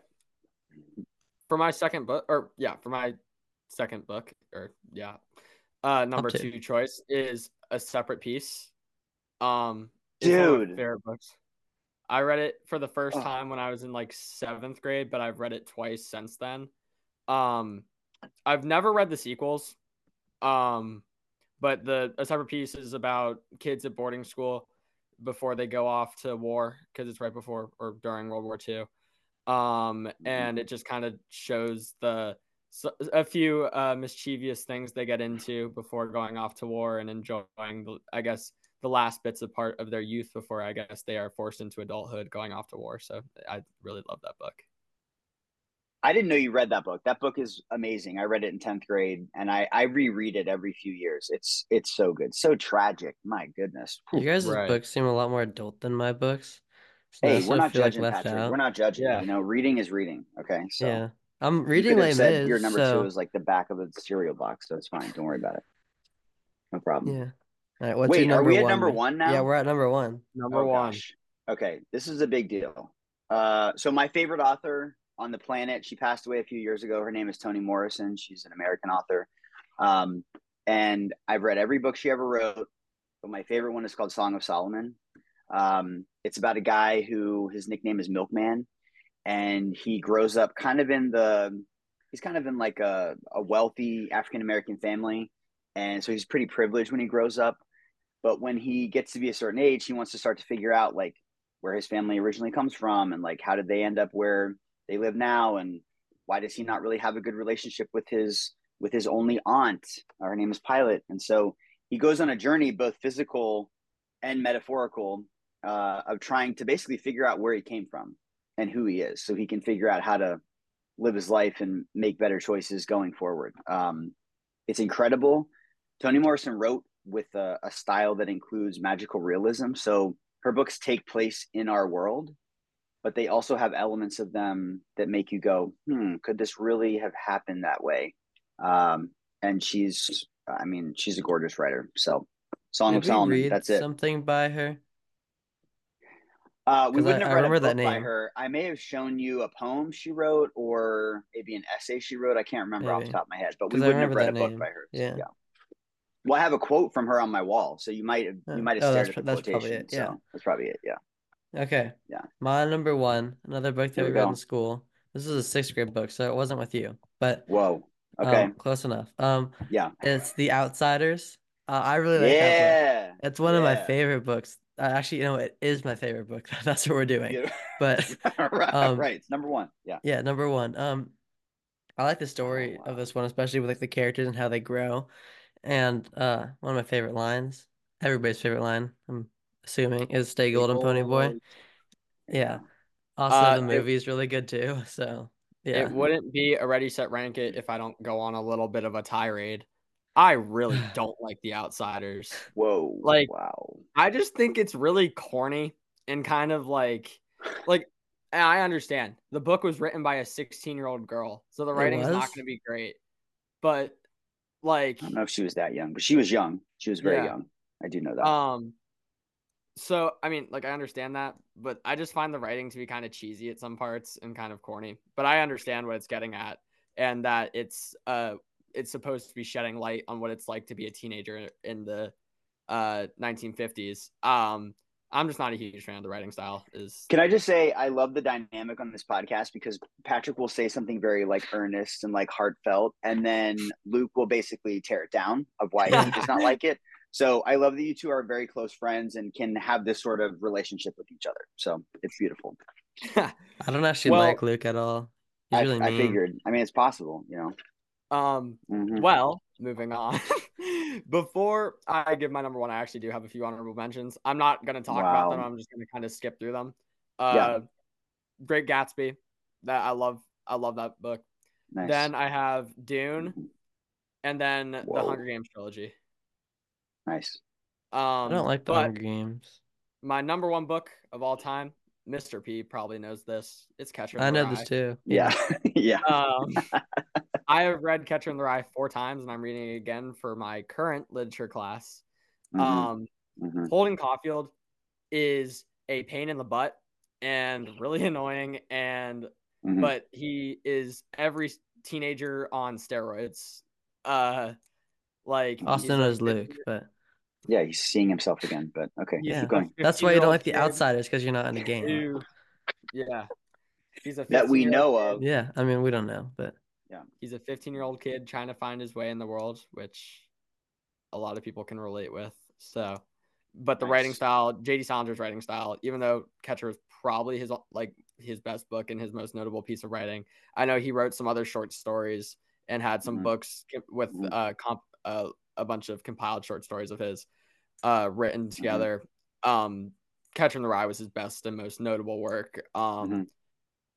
Speaker 2: For my second book, or yeah, for my second book, or yeah, uh, number
Speaker 1: to.
Speaker 2: two choice is a separate piece. Um, it's one of my
Speaker 3: Dude.
Speaker 2: favorite books. I read it for the first
Speaker 3: Oh.
Speaker 2: time when I was in like seventh grade, but I've read it twice since then. Um, I've never read the sequels. Um, but the a separate piece is about kids at boarding school before they go off to war because it's right before or during World War II. Um,
Speaker 3: Mm-hmm.
Speaker 2: and it just kind of shows the so- a few uh, mischievous things they get into before going off to war and enjoying, the, I guess, the last bits of part of their youth before I guess they are forced into adulthood going off to war. So I really love that book.
Speaker 3: I didn't know you read that book. That book is amazing. I read it in tenth grade, and I I reread it every few years. It's it's so good, so tragic. My goodness.
Speaker 1: You guys'
Speaker 2: Right.
Speaker 1: books seem a lot more adult than my books, so
Speaker 3: Hey,
Speaker 1: that's
Speaker 3: we're
Speaker 1: what I
Speaker 3: not
Speaker 1: feel like
Speaker 3: judging
Speaker 1: left
Speaker 3: Patrick.
Speaker 1: out.
Speaker 3: We're not judging.
Speaker 2: Yeah.
Speaker 3: You know, reading is reading. Okay, so
Speaker 1: Yeah, I'm
Speaker 3: you
Speaker 1: reading
Speaker 3: could have
Speaker 1: Les
Speaker 3: said
Speaker 1: Mis,
Speaker 3: your number
Speaker 1: so
Speaker 3: two is like the back of a cereal box, so it's fine. Don't worry about it. No problem.
Speaker 1: yeah. All right, what's
Speaker 3: Wait,
Speaker 1: your
Speaker 3: are
Speaker 1: number
Speaker 3: we at
Speaker 1: one?
Speaker 3: number
Speaker 1: Nick?
Speaker 3: one
Speaker 1: Yeah,
Speaker 3: now?
Speaker 1: we're at number one.
Speaker 2: Number
Speaker 3: Oh,
Speaker 2: one.
Speaker 3: gosh. Okay, this is a big deal. Uh, so my favorite author on the planet, she passed away a few years ago. Her name is Toni Morrison. She's an American author, um, and I've read every book she ever wrote. But my favorite one is called Song of Solomon. Um, it's about a guy who his nickname is Milkman, and he grows up kind of in the he's kind of in like a, a wealthy African American family, and so he's pretty privileged when he grows up but when he gets to be a certain age he wants to start to figure out like where his family originally comes from and like how did they end up where they live now and why does he not really have a good relationship with his with his only aunt her name is pilot and so he goes on a journey both physical and metaphorical uh, of trying to basically figure out where he came from and who he is so he can figure out how to live his life and make better choices going forward um, it's incredible Toni Morrison wrote with a, a style that includes magical realism. So her books take place in our world, but they also have elements of them that make you go, hmm, could this really have happened that way?
Speaker 1: Did
Speaker 3: of
Speaker 1: we
Speaker 3: Solomon.
Speaker 1: read
Speaker 3: That's it.
Speaker 1: Something by her.
Speaker 3: Uh, we
Speaker 1: 'Cause
Speaker 3: wouldn't
Speaker 1: I-
Speaker 3: have
Speaker 1: I
Speaker 3: read a
Speaker 1: remember that
Speaker 3: book by
Speaker 1: name.
Speaker 3: her. I may have shown you a poem she wrote, or maybe an essay she wrote. I can't remember off the
Speaker 1: Maybe.
Speaker 3: top of my head, but we
Speaker 1: 'Cause I
Speaker 3: wouldn't have
Speaker 1: remember that
Speaker 3: read a book
Speaker 1: name.
Speaker 3: by her.
Speaker 1: Yeah.
Speaker 3: Well, I have a quote from her on my wall, so you might have you
Speaker 1: Oh.
Speaker 3: might have
Speaker 1: Oh,
Speaker 3: stared
Speaker 1: that's
Speaker 3: at the
Speaker 1: pr- that's probably
Speaker 3: quotation.
Speaker 1: it, yeah.
Speaker 3: So that's probably it. Yeah.
Speaker 1: Okay.
Speaker 3: Yeah.
Speaker 1: My number one, another book that
Speaker 3: Here
Speaker 1: we
Speaker 3: we
Speaker 1: read
Speaker 3: go.
Speaker 1: in school. This is a sixth grade book, so it wasn't with you, but
Speaker 3: Whoa. Okay.
Speaker 1: um, close enough. Um,
Speaker 3: yeah.
Speaker 1: it's The Outsiders. Uh, I really like that book.
Speaker 3: Yeah.
Speaker 1: It's one of my
Speaker 3: yeah.
Speaker 1: favorite books. Uh, actually, you know, it is my favorite book. That's what we're doing.
Speaker 3: Yeah.
Speaker 1: But
Speaker 3: right,
Speaker 1: um,
Speaker 3: right. It's number one. Yeah.
Speaker 1: yeah, number one. Um, I like the story
Speaker 3: wow.
Speaker 1: of this one, especially with like the characters and how they grow. And uh, one of my favorite lines, everybody's favorite line, I'm assuming, is "Stay golden, pony boy." Yeah. Also,
Speaker 2: Uh,
Speaker 1: the
Speaker 2: it-
Speaker 1: movie's really good too. So yeah,
Speaker 2: It wouldn't be a ready set rank it if I don't go on a little bit of a tirade. I really don't like the outsiders.
Speaker 3: Whoa.
Speaker 2: Like-
Speaker 3: wow.
Speaker 2: I just think it's really corny and kind of like like and I understand. The book was written by a 16-year-old girl, so the
Speaker 1: It
Speaker 2: writing's
Speaker 1: was?
Speaker 2: not going to be great. But like
Speaker 3: I don't know if she was that young, but she was young. She was very
Speaker 2: Yeah.
Speaker 3: young. I do know that.
Speaker 2: um so I mean, like I understand that, but I just find the writing to be kind of cheesy at some parts and kind of corny. But I understand what it's getting at and that it's uh it's supposed to be shedding light on what it's like to be a teenager in the uh 1950s. Um I'm just not a huge fan of the writing style is
Speaker 3: Can I just say I love the dynamic on this podcast because Patrick will say something very like earnest and like heartfelt, and then Luke will basically tear it down of why he does not like it. So I love that you two are very close friends and can have this sort of relationship with each other. So it's beautiful.
Speaker 1: I don't actually
Speaker 2: Well-
Speaker 1: like Luke at all. He's
Speaker 3: I,
Speaker 1: really
Speaker 3: I
Speaker 1: mean.
Speaker 3: figured. I mean, it's possible, you know.
Speaker 2: um
Speaker 3: Mhm.
Speaker 2: Well, moving on. Before I give my number one, I actually do have a few honorable mentions. I'm not going to talk about them.
Speaker 3: Wow.
Speaker 2: I'm just going to kind of skip through them. Uh,
Speaker 3: Yeah.
Speaker 2: Great Gatsby. That I love. I love that book.
Speaker 3: Nice.
Speaker 2: Then I have Dune, and then the
Speaker 3: Whoa.
Speaker 2: Hunger Games trilogy.
Speaker 3: nice.
Speaker 2: Um,
Speaker 1: I don't like the
Speaker 2: but
Speaker 1: Hunger Games.
Speaker 2: my number one book of all time, Mr. P probably knows this. It's Catcher. In
Speaker 1: I
Speaker 2: the
Speaker 1: know
Speaker 2: Rye.
Speaker 1: this too.
Speaker 3: Yeah. yeah.
Speaker 2: Um, I have read Catcher in the Rye four times, and I'm reading it again for my current literature class.
Speaker 3: Mhm.
Speaker 2: Um,
Speaker 3: Mhm.
Speaker 2: Holden Caulfield is a pain in the butt and
Speaker 3: Mm.
Speaker 2: really annoying and
Speaker 3: Mhm.
Speaker 2: but he is every teenager on steroids. Uh like he's
Speaker 1: Austin
Speaker 2: a
Speaker 1: knows Luke,
Speaker 2: 50
Speaker 1: but
Speaker 3: yeah, he's seeing himself again, but okay.
Speaker 2: Yeah.
Speaker 1: yeah,
Speaker 3: Keep going.
Speaker 1: that's why you don't like the
Speaker 2: 15-year-old
Speaker 1: outsiders because you're not in the game.
Speaker 2: who- Yeah. He's a
Speaker 3: That we
Speaker 2: 15-year-old
Speaker 3: know
Speaker 2: kid-
Speaker 3: of.
Speaker 1: Yeah, I mean we don't know, but
Speaker 2: He's a 15-year-old kid trying to find his way in the world, which a lot of people can relate with. So, but the writing
Speaker 3: Nice.
Speaker 2: style, J.D. Saunders' writing style, even though Catcher is probably his like his best book and his most notable piece of writing. I know he wrote some other short stories and had some
Speaker 3: Mhm.
Speaker 2: books ki- with
Speaker 3: Mhm.
Speaker 2: uh, comp uh, a bunch of compiled short stories of his uh, written together. Um, Catcher in the Rye was his best and most notable work. Um,
Speaker 3: Mhm.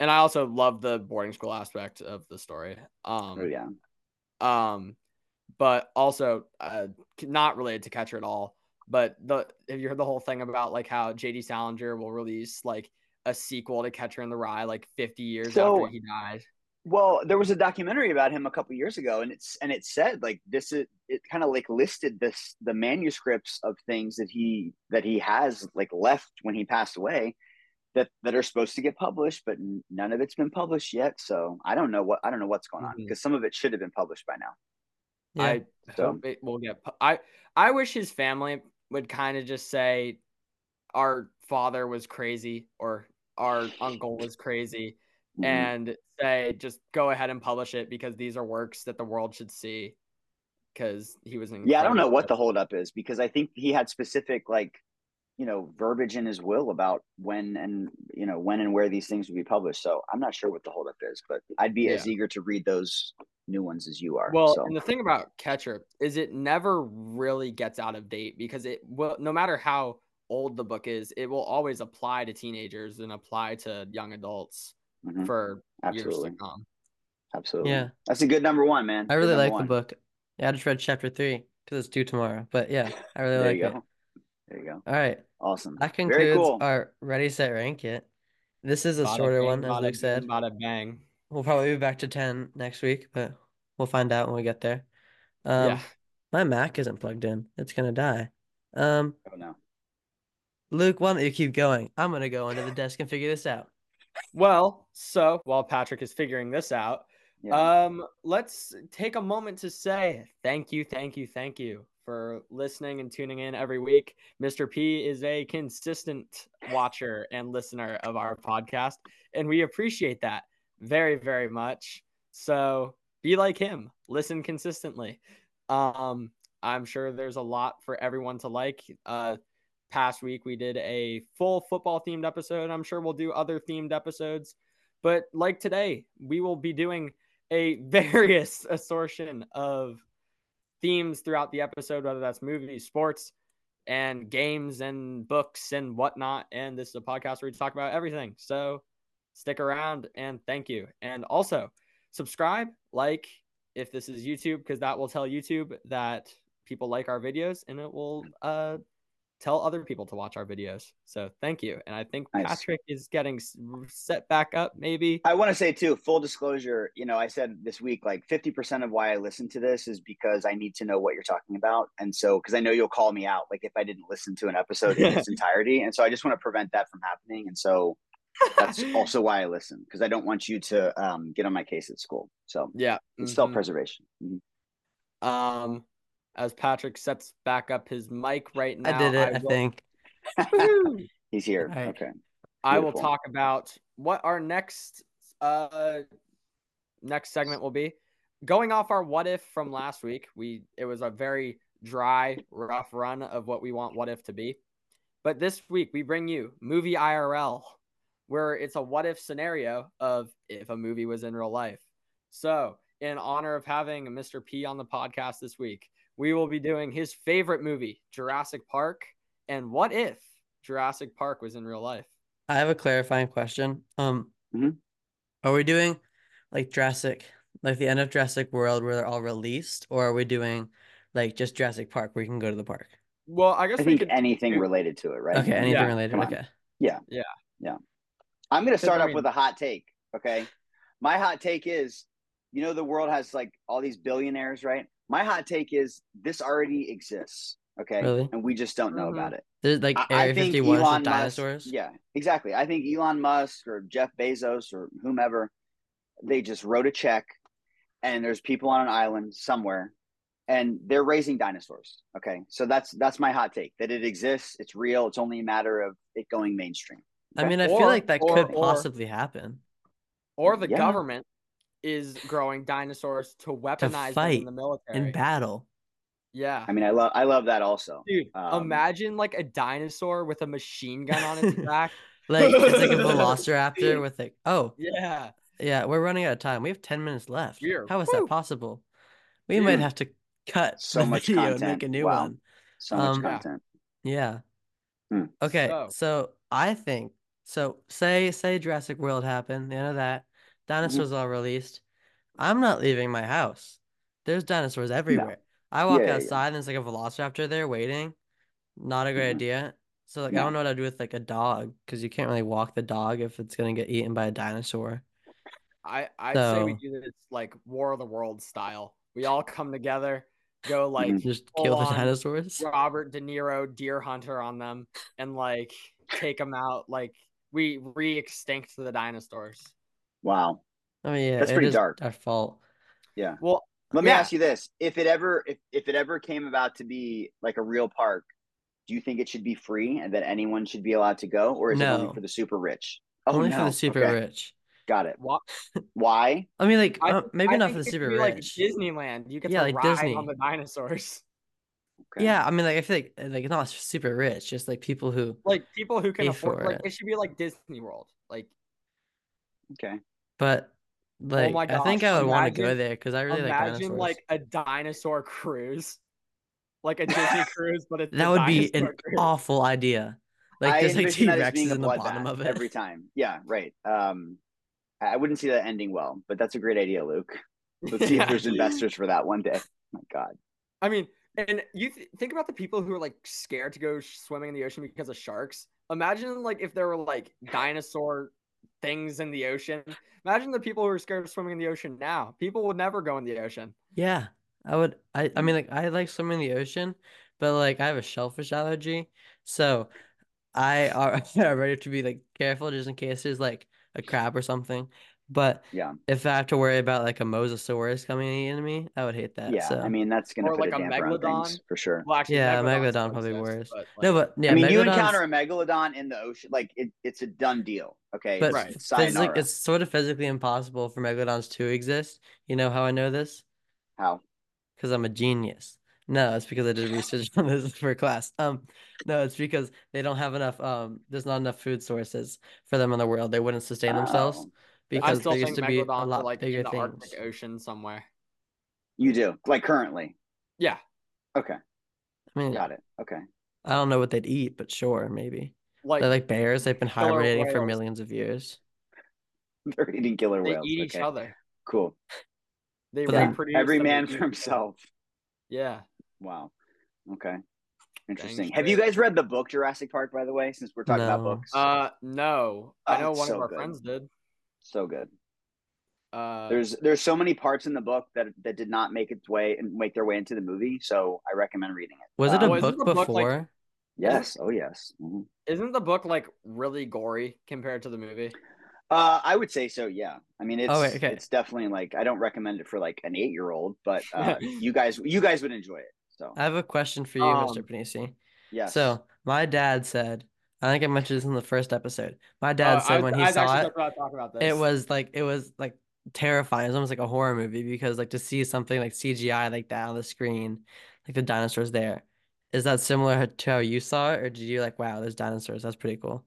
Speaker 2: and I also love the boarding school aspect of the story. Um,
Speaker 3: Oh yeah.
Speaker 2: um but also uh not related to catcher at all but the have you heard the whole thing about like how jd salinger will release like a sequel to catcher in the rye like 50 years
Speaker 3: So-
Speaker 2: after he died
Speaker 3: Well, there was a documentary about him a couple years ago, and it's and it said like this is it kind of like listed this the manuscripts of things that he that he has like left when he passed away that that are supposed to get published, but n- none of it's been published yet. So I don't know what I don't know what's going on
Speaker 2: Mhm.
Speaker 3: because some of it should have been published by now.
Speaker 1: yeah,
Speaker 2: i
Speaker 3: So-
Speaker 2: hope it will get pu- i i wish his family would kind of just say our father was crazy or our uncle was crazy
Speaker 3: Mhm.
Speaker 2: and say just go ahead and publish it because these are works that the world should see because he was an
Speaker 3: yeah, I don't know
Speaker 2: incredible
Speaker 3: what the holdup is because I think he had specific like you know verbiage in his will about when and you know when and where these things would be published. So I'm not sure what the holdup is, but I'd be as eager to read those new ones as you are.
Speaker 2: Well,
Speaker 3: so.
Speaker 2: and the thing about Catcher is it never really gets out of date because it will, no matter how old the book is, it will always apply to teenagers and apply to young adults
Speaker 3: Mhm.
Speaker 2: for
Speaker 3: Absolutely.
Speaker 2: years to come.
Speaker 3: Absolutely.
Speaker 1: yeah.
Speaker 3: That's a good number one, man.
Speaker 1: I
Speaker 3: Good
Speaker 1: really
Speaker 3: number
Speaker 1: like
Speaker 3: one.
Speaker 1: the book. Yeah, I just read chapter three because it's due tomorrow. But yeah, I really
Speaker 3: There
Speaker 1: like
Speaker 3: you
Speaker 1: it.
Speaker 3: go. There you go.
Speaker 1: All right,
Speaker 3: Awesome.
Speaker 1: that
Speaker 3: Very
Speaker 1: concludes
Speaker 3: cool.
Speaker 1: our ready set rank it. This is a
Speaker 2: Bada
Speaker 1: shorter
Speaker 2: bing,
Speaker 1: one, as
Speaker 2: bada
Speaker 1: Luke
Speaker 2: boom,
Speaker 1: said.
Speaker 2: Bada bang.
Speaker 1: We'll probably be back to ten next week, but We'll find out when we get there. Um,
Speaker 2: yeah.
Speaker 1: my Mac isn't plugged in. It's gonna die. Um,
Speaker 3: Oh no.
Speaker 1: Luke, why don't you keep going? I'm gonna go under the desk and figure this out.
Speaker 2: Well, so while Patrick is figuring this out,
Speaker 3: Yeah.
Speaker 2: Um, let's take a moment to say thank you, thank you, thank you for listening and tuning in every week. Mr. P is a consistent watcher and listener of our podcast, and we appreciate that very, very much. So be like him, listen consistently. Um, I'm sure there's a lot for everyone to like. Uh, past week we did a full football themed episode. I'm sure we'll do other themed episodes, but like today, we will be doing a various assortment of themes throughout the episode, whether that's movies, sports, and games and books and whatnot. And this is a podcast where we talk about everything. So stick around and thank you. And also subscribe, like if this is YouTube, because that will tell YouTube that people like our videos and it will uh tell other people to watch our videos. So thank you. And I think
Speaker 3: Nice.
Speaker 2: Patrick is getting s- set back up maybe.
Speaker 3: I want to say too, full disclosure, you know, I said this week like 50% of why I listen to this is because I need to know what you're talking about. And so, because I know you'll call me out, like if I didn't listen to an episode in its entirety. And so, I just want to prevent that from happening. And so, that's also why I listen because I don't want you to um, get on my case at school. So,
Speaker 2: Yeah.
Speaker 3: it's
Speaker 2: mhm.
Speaker 3: self
Speaker 1: Mm-hmm.
Speaker 3: preservation.
Speaker 2: Um, as Patrick sets back up his mic right now,
Speaker 1: I did it. I,
Speaker 2: will,
Speaker 1: think.
Speaker 2: Woohoo!
Speaker 3: He's here.
Speaker 1: All right.
Speaker 3: Okay.
Speaker 2: I will
Speaker 3: Beautiful.
Speaker 2: talk about what our next uh next segment will be. Going off our what if from last week, we it was a very dry, rough run of what we want what if to be. But this week we bring you movie IRL, where it's a what if scenario of if a movie was in real life. So, in honor of having Mr. P on the podcast this week, we will be doing his favorite movie, Jurassic Park, and what if Jurassic Park was in real life?
Speaker 1: I have a clarifying question. Um,
Speaker 3: Mhm.
Speaker 1: are we doing like Jurassic, like the end of Jurassic World where they're all released, or are we doing like just Jurassic Park where you can go to the park?
Speaker 2: Well, I guess
Speaker 3: I
Speaker 2: we
Speaker 3: think
Speaker 2: could
Speaker 3: anything
Speaker 2: do-
Speaker 3: related to it, right?
Speaker 1: Okay, anything
Speaker 2: Yeah,
Speaker 1: related?
Speaker 3: come on.
Speaker 1: Okay.
Speaker 3: I'm going to
Speaker 2: 'Cause,
Speaker 3: start
Speaker 2: I
Speaker 3: off with a hot take. Okay. My hot take is, you know, the world has like all these billionaires, right? My hot take is this already exists. Okay.
Speaker 1: Really?
Speaker 3: And we just don't know
Speaker 2: Mhm.
Speaker 3: about it.
Speaker 1: There's like
Speaker 3: I, I
Speaker 1: Area
Speaker 3: think
Speaker 1: 51 is
Speaker 3: Elon
Speaker 1: with dinosaurs.
Speaker 3: Musk. Yeah, exactly. I think Elon Musk or Jeff Bezos or whomever, they just wrote a check and there's people on an island somewhere and they're raising dinosaurs. Okay. So that's that's my hot take that it exists. It's real. It's only a matter of it going mainstream.
Speaker 1: I mean, I
Speaker 2: Or-
Speaker 1: feel like that
Speaker 2: or-
Speaker 1: could
Speaker 2: or-
Speaker 1: possibly happen.
Speaker 2: or the
Speaker 3: Yeah.
Speaker 2: government is growing dinosaurs to weaponize them
Speaker 1: fight
Speaker 2: in the military.
Speaker 1: In battle.
Speaker 2: yeah.
Speaker 3: I mean, I love I love that also.
Speaker 2: Dude,
Speaker 3: Um,
Speaker 2: imagine like a dinosaur with a machine gun on its back.
Speaker 1: Like it's like a velociraptor with like oh
Speaker 2: Yeah.
Speaker 1: yeah, we're running out of time. We have 10 minutes left.
Speaker 2: Here.
Speaker 1: How is
Speaker 2: Woo.
Speaker 1: that possible? We might
Speaker 2: Dude.
Speaker 1: have to cut
Speaker 3: So
Speaker 1: the
Speaker 3: much
Speaker 1: video and
Speaker 3: content.
Speaker 1: make a new
Speaker 3: Wow.
Speaker 1: one.
Speaker 3: So much
Speaker 1: Um,
Speaker 2: Yeah.
Speaker 3: content.
Speaker 1: Yeah.
Speaker 3: Hmm.
Speaker 1: Okay,
Speaker 2: So-
Speaker 1: so. I think so. Say say Jurassic World happened, the end of that.
Speaker 3: Mm-hmm.
Speaker 1: Dinosaurs all released. I'm not leaving my house. There's dinosaurs everywhere. I walk
Speaker 3: Yeah, yeah, yeah.
Speaker 1: outside and it's like a velociraptor there waiting. Not a great
Speaker 3: Mhm.
Speaker 1: idea. So like I
Speaker 3: No.
Speaker 1: don't know what I'd do with like a dog because you can't really walk the dog if it's gonna get eaten by a dinosaur.
Speaker 2: I I'd say we
Speaker 1: So-
Speaker 2: do this like War of the World style. We all come together, go
Speaker 3: Mm-hmm. Mm.
Speaker 2: like
Speaker 1: Just
Speaker 2: full
Speaker 1: kill the
Speaker 2: on
Speaker 1: dinosaurs.
Speaker 2: Robert De Niro deer hunter on them and like take them out like we re-extinct the dinosaurs.
Speaker 3: Wow.
Speaker 1: I mean, yeah,
Speaker 3: That's
Speaker 1: it
Speaker 3: pretty
Speaker 1: is
Speaker 3: dark.
Speaker 1: Our fault.
Speaker 2: Well,
Speaker 3: Let me
Speaker 2: Yeah.
Speaker 3: ask you this: if it ever if, if it ever came about to be like a real park, do you think it should be free and that anyone should be allowed to go, or is it only
Speaker 1: No.
Speaker 3: for the super rich? Oh,
Speaker 1: Only for
Speaker 3: no.
Speaker 1: the super
Speaker 3: Okay.
Speaker 1: rich.
Speaker 3: Got it.
Speaker 2: wa-
Speaker 3: Why?
Speaker 1: I mean, like
Speaker 2: I
Speaker 1: uh,
Speaker 2: think-
Speaker 1: maybe
Speaker 2: I
Speaker 1: not
Speaker 2: think
Speaker 1: for the
Speaker 2: it should
Speaker 1: super
Speaker 2: be,
Speaker 1: rich.
Speaker 2: Like Disneyland, you get
Speaker 1: Yeah,
Speaker 2: to
Speaker 1: like
Speaker 2: ride
Speaker 1: Disney.
Speaker 2: on the dinosaurs.
Speaker 3: Okay.
Speaker 1: Yeah, I mean, like I feel like like not super rich, just like people who.
Speaker 2: Like people who can
Speaker 1: Pay
Speaker 2: afford.
Speaker 1: for
Speaker 2: Like
Speaker 1: it.
Speaker 2: it should be like Disney World. Like
Speaker 3: Okay.
Speaker 1: But
Speaker 3: Oh
Speaker 1: like,
Speaker 2: my
Speaker 1: I think
Speaker 2: gosh,
Speaker 1: I would want to go
Speaker 2: imagine-
Speaker 1: there because I really like
Speaker 2: imagine
Speaker 1: dinosaurs.
Speaker 2: like a dinosaur cruise, like a Disney cruise, but it's
Speaker 1: that
Speaker 2: a
Speaker 1: would be an
Speaker 2: dinosaur cruise.
Speaker 1: awful idea. Like
Speaker 3: I
Speaker 1: there's like T
Speaker 3: envision that as being
Speaker 1: Rexes
Speaker 3: a
Speaker 1: in the bottom
Speaker 3: bloodbath
Speaker 1: of it.
Speaker 3: every time. Yeah. Right. Um, I I wouldn't see that ending well, but that's a great idea, Luke. Let's see if there's investors for that one day. my God.
Speaker 2: I mean, and you th- think about the people who are like scared to go sh- swimming in the ocean because of sharks. Imagine like if there were like dinosaur things in the ocean. Imagine the people who are scared of swimming in the ocean now. People would never go in the ocean.
Speaker 1: Yeah, I would. I I
Speaker 3: Mm.
Speaker 1: mean, like I like swimming in the ocean, but like I have a shellfish allergy, so I are already have to be like careful just in case there's like a crab or something. But
Speaker 3: Yeah.
Speaker 1: if I have to worry about like a mosasaurus coming and eating me, I would hate that.
Speaker 3: yeah,
Speaker 1: so
Speaker 3: I mean that's gonna
Speaker 2: Or
Speaker 3: put
Speaker 2: like
Speaker 3: a
Speaker 2: a
Speaker 3: damper on things
Speaker 2: megalodon.
Speaker 3: for sure.
Speaker 2: Well, actually,
Speaker 1: Yeah,
Speaker 2: Megalodon's
Speaker 1: Megalodon probably
Speaker 2: exist,
Speaker 1: worse.
Speaker 2: but,
Speaker 1: no,
Speaker 2: like,
Speaker 1: but yeah,
Speaker 3: I mean, you
Speaker 1: Megalodon's-
Speaker 3: encounter a megalodon in the ocean, like it, it's a done deal. Okay,
Speaker 1: but
Speaker 2: Right.
Speaker 3: it's,
Speaker 1: physic-
Speaker 3: sayonara.
Speaker 1: it's sort of physically impossible for megalodons to exist. You know how I know this?
Speaker 3: how
Speaker 1: Because I'm a genius. No, it's because I did research on this for class. Um, no, it's because they don't have enough. Um, there's not enough food sources for them in the world. They wouldn't sustain themselves
Speaker 3: Oh,
Speaker 1: because
Speaker 2: I still
Speaker 1: there used
Speaker 2: think
Speaker 1: to be a
Speaker 2: Megalodons are
Speaker 1: lot
Speaker 2: like
Speaker 1: bigger
Speaker 2: in the
Speaker 1: things.
Speaker 2: Arctic Ocean somewhere.
Speaker 3: you do like currently.
Speaker 2: Yeah.
Speaker 3: Okay,
Speaker 1: I mean,
Speaker 3: got it. Okay,
Speaker 1: I don't know what they'd eat, but sure, maybe
Speaker 2: Like,
Speaker 1: they're like bears. They've been
Speaker 2: killer
Speaker 1: hibernating for
Speaker 2: whales.
Speaker 1: millions of years.
Speaker 3: they're eating killer
Speaker 2: they
Speaker 3: whales.
Speaker 2: eat each
Speaker 3: okay,
Speaker 2: other.
Speaker 3: cool.
Speaker 2: They
Speaker 1: But, like,
Speaker 2: reproduce.
Speaker 3: Every
Speaker 2: and they
Speaker 3: man
Speaker 2: eat
Speaker 3: for
Speaker 2: each other.
Speaker 3: himself.
Speaker 2: Yeah.
Speaker 3: Wow. Okay. Interesting.
Speaker 2: Thanks,
Speaker 3: Have you
Speaker 2: Drake.
Speaker 3: guys read the book Jurassic Park? By the way, since we're talking about
Speaker 1: No.
Speaker 3: books,
Speaker 2: Uh, no, I
Speaker 3: Oh,
Speaker 2: know
Speaker 3: it's
Speaker 2: one
Speaker 3: so
Speaker 2: of our
Speaker 3: good.
Speaker 2: friends did.
Speaker 3: so good.
Speaker 2: Uh,
Speaker 3: There's there's so many parts in the book that that did not make its way and make their way into the movie. So I recommend reading it.
Speaker 1: Was it
Speaker 3: Uh,
Speaker 1: a
Speaker 2: Well, isn't
Speaker 1: book
Speaker 2: the book, like-
Speaker 1: before?
Speaker 3: Yes. Oh yes. Mhm.
Speaker 2: isn't the book like really gory compared to the movie?
Speaker 3: Uh, I would say so. Yeah. I mean, it's
Speaker 1: Oh, wait, okay.
Speaker 3: it's definitely like I don't recommend it for like an eight year old, but uh, you guys you guys would enjoy it. So
Speaker 1: I have a question for you, Mr.
Speaker 2: Um,
Speaker 1: Panisi.
Speaker 3: yes.
Speaker 1: Uh, So my dad said, I think I mentioned this in the first episode.
Speaker 3: Oh,
Speaker 1: My dad
Speaker 2: Uh,
Speaker 1: said
Speaker 2: I was-
Speaker 1: when
Speaker 2: I
Speaker 1: he
Speaker 2: was
Speaker 1: saw
Speaker 2: actually
Speaker 1: it,
Speaker 2: about to talk about this.
Speaker 1: it was like it was like terrifying. It was almost like a horror movie because like to see something like CGI like that on the screen, like the dinosaurs there. Is that similar to how you saw it, or did you like, wow, there's dinosaurs? That's pretty cool.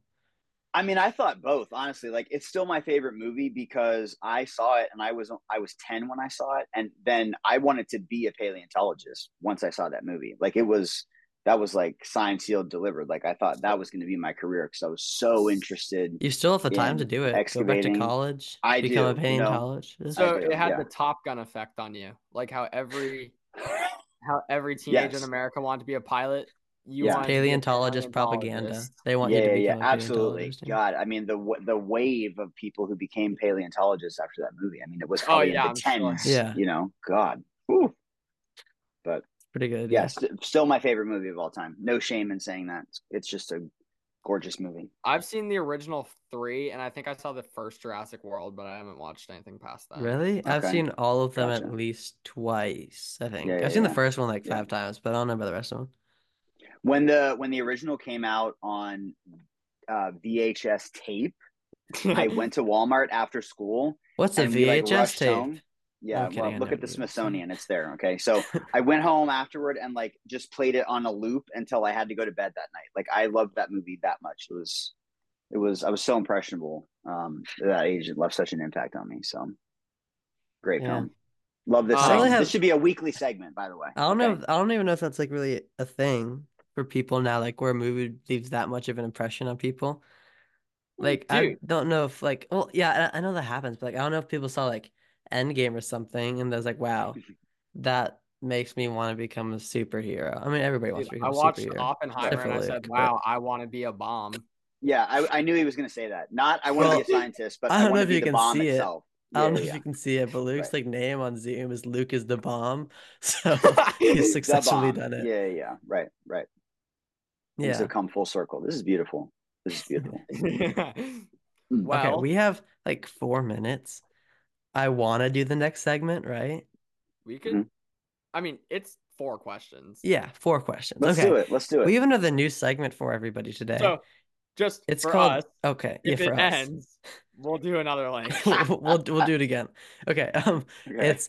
Speaker 3: I mean, I thought both, honestly. Like it's still my favorite movie because I saw it and I was I was 10 when I saw it and then I wanted to be a paleontologist once I saw that movie. Like it was that was like signed sealed delivered. Like I thought that was going to be my career cuz I was so interested.
Speaker 1: You still have the time to
Speaker 3: In
Speaker 1: do it. Go back
Speaker 3: excavating.
Speaker 1: to college.
Speaker 3: I
Speaker 1: become a
Speaker 3: do, you know.
Speaker 1: paleontologist. This is
Speaker 2: so
Speaker 3: I do,
Speaker 2: it had
Speaker 3: yeah.
Speaker 2: the Top Gun effect on you, like how every how every teenager
Speaker 3: Yes.
Speaker 2: in America wanted to be a pilot. You
Speaker 3: Yeah.
Speaker 2: wanted to be a
Speaker 1: paleontologist propaganda.
Speaker 2: paleontologist.
Speaker 1: They want you to
Speaker 3: yeah,
Speaker 1: become
Speaker 3: yeah,
Speaker 1: a
Speaker 3: absolutely.
Speaker 1: paleontologist. yeah.
Speaker 3: God, I mean the w- the wave of people who became paleontologists after that movie. I mean, it was
Speaker 2: Oh,
Speaker 3: probably
Speaker 2: yeah,
Speaker 3: in
Speaker 2: I'm
Speaker 3: the
Speaker 2: sure.
Speaker 3: tens.
Speaker 1: Yeah.
Speaker 3: you know, God. Whew.
Speaker 1: Pretty good.
Speaker 3: Yeah, st- still my favorite movie of all time. No shame in saying that. It's- It's just a gorgeous movie.
Speaker 2: I've seen the original three, and I think I saw the first Jurassic World, but I haven't watched anything past that.
Speaker 1: Really? I've
Speaker 3: Okay.
Speaker 1: seen all of them at
Speaker 3: Gotcha.
Speaker 1: least twice, I think.
Speaker 3: Yeah, yeah,
Speaker 1: I've seen the
Speaker 3: yeah.
Speaker 1: first one like
Speaker 3: Yeah.
Speaker 1: five times, but I don't know about the rest of them.
Speaker 3: When the when the original came out on uh, VHS tape, I went to Walmart after school
Speaker 1: What's a
Speaker 3: and we, like,
Speaker 1: VHS
Speaker 3: rushed
Speaker 1: tape?
Speaker 3: home. Yeah,
Speaker 1: I'm
Speaker 3: well,
Speaker 1: kidding, I
Speaker 3: look
Speaker 1: know
Speaker 3: at the
Speaker 1: what it is.
Speaker 3: Smithsonian; it's there. Okay, so I went home afterward and like just played it on a loop until I had to go to bed that night. Like I loved that movie that much. It was, it was. I was so impressionable um, at that age. It left such an impact on me. So great
Speaker 1: Yeah.
Speaker 3: film. Love this.
Speaker 2: I
Speaker 3: segment.
Speaker 1: only have-
Speaker 3: This should be a weekly segment, by the way.
Speaker 1: I don't
Speaker 3: okay?
Speaker 1: know. if- I don't even know if that's like really a thing for people now, like where a movie leaves that much of an impression on people. Like, I
Speaker 2: Dude.
Speaker 1: don't know if, like, well, yeah, I, I know that happens, but like, I don't know if people saw like Endgame or something and there's like, wow, that makes me want to become a superhero. I mean, everybody wants to
Speaker 2: Dude,
Speaker 1: become a
Speaker 2: I watched
Speaker 1: superhero.
Speaker 2: Oppenheimer and I
Speaker 1: Definitely,
Speaker 2: said,
Speaker 1: but-
Speaker 2: "Wow, I want to be a bomb."
Speaker 3: Yeah, I, I knew he was going to say that. Not I want to
Speaker 1: Well,
Speaker 3: be a scientist, but
Speaker 1: I
Speaker 3: I,
Speaker 1: don't know
Speaker 3: want to
Speaker 1: if
Speaker 3: be
Speaker 1: you
Speaker 3: the
Speaker 1: can
Speaker 3: bomb
Speaker 1: see it.
Speaker 3: itself.
Speaker 1: I don't know
Speaker 3: Yeah,
Speaker 1: if
Speaker 3: yeah,
Speaker 1: Um, you can see it, but Luke's like name on Zoom is Luke is the bomb. So
Speaker 3: yeah.
Speaker 1: he's
Speaker 3: The
Speaker 1: successfully
Speaker 3: bomb.
Speaker 1: done it.
Speaker 3: Yeah, yeah, yeah. Right, right.
Speaker 1: Yeah.
Speaker 3: Things have come full circle. This is beautiful. This is beautiful.
Speaker 1: Okay,
Speaker 2: well,
Speaker 1: we
Speaker 2: we,
Speaker 1: have like four minutes. I want to do the next segment, right?
Speaker 2: could.
Speaker 3: Mhm.
Speaker 2: I mean, it's four questions.
Speaker 1: Yeah, four questions.
Speaker 3: Let's
Speaker 1: okay.
Speaker 3: do it. Let's do it.
Speaker 1: We have another new segment for everybody today.
Speaker 2: So, just
Speaker 1: it's
Speaker 2: for
Speaker 1: called
Speaker 2: us,
Speaker 1: okay, yeah,
Speaker 2: if
Speaker 1: for
Speaker 2: it
Speaker 1: us.
Speaker 2: ends, we'll do another link.
Speaker 1: we'll, we'll we'll do it again. Okay, um
Speaker 3: Okay.
Speaker 1: it's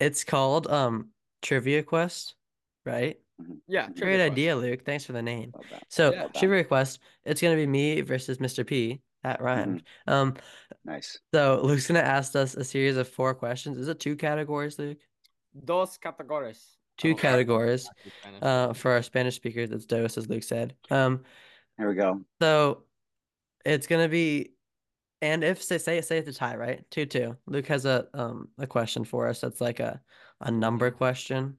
Speaker 1: it's called um Trivia Quest, right?
Speaker 2: yeah,
Speaker 1: Great idea, Luke. Thanks for the name.
Speaker 3: Love that.
Speaker 1: So
Speaker 2: Yeah.
Speaker 1: trivia request, it's gonna be me versus Mr. P. That rhymed.
Speaker 3: Mm-hmm.
Speaker 1: Um,
Speaker 3: Nice.
Speaker 1: so Luke's gonna ask us a series of four questions. Is it two categories, Luke?
Speaker 2: Dos categories.
Speaker 1: Two
Speaker 2: Oh,
Speaker 1: categories.
Speaker 2: that's Spanish.
Speaker 1: Uh, for our Spanish speakers, it's dos, as Luke said. Um,
Speaker 3: There we go.
Speaker 1: so it's gonna be, and if say say say it's a tie, right? Two two. Luke has a um a question for us. That's like a a number question.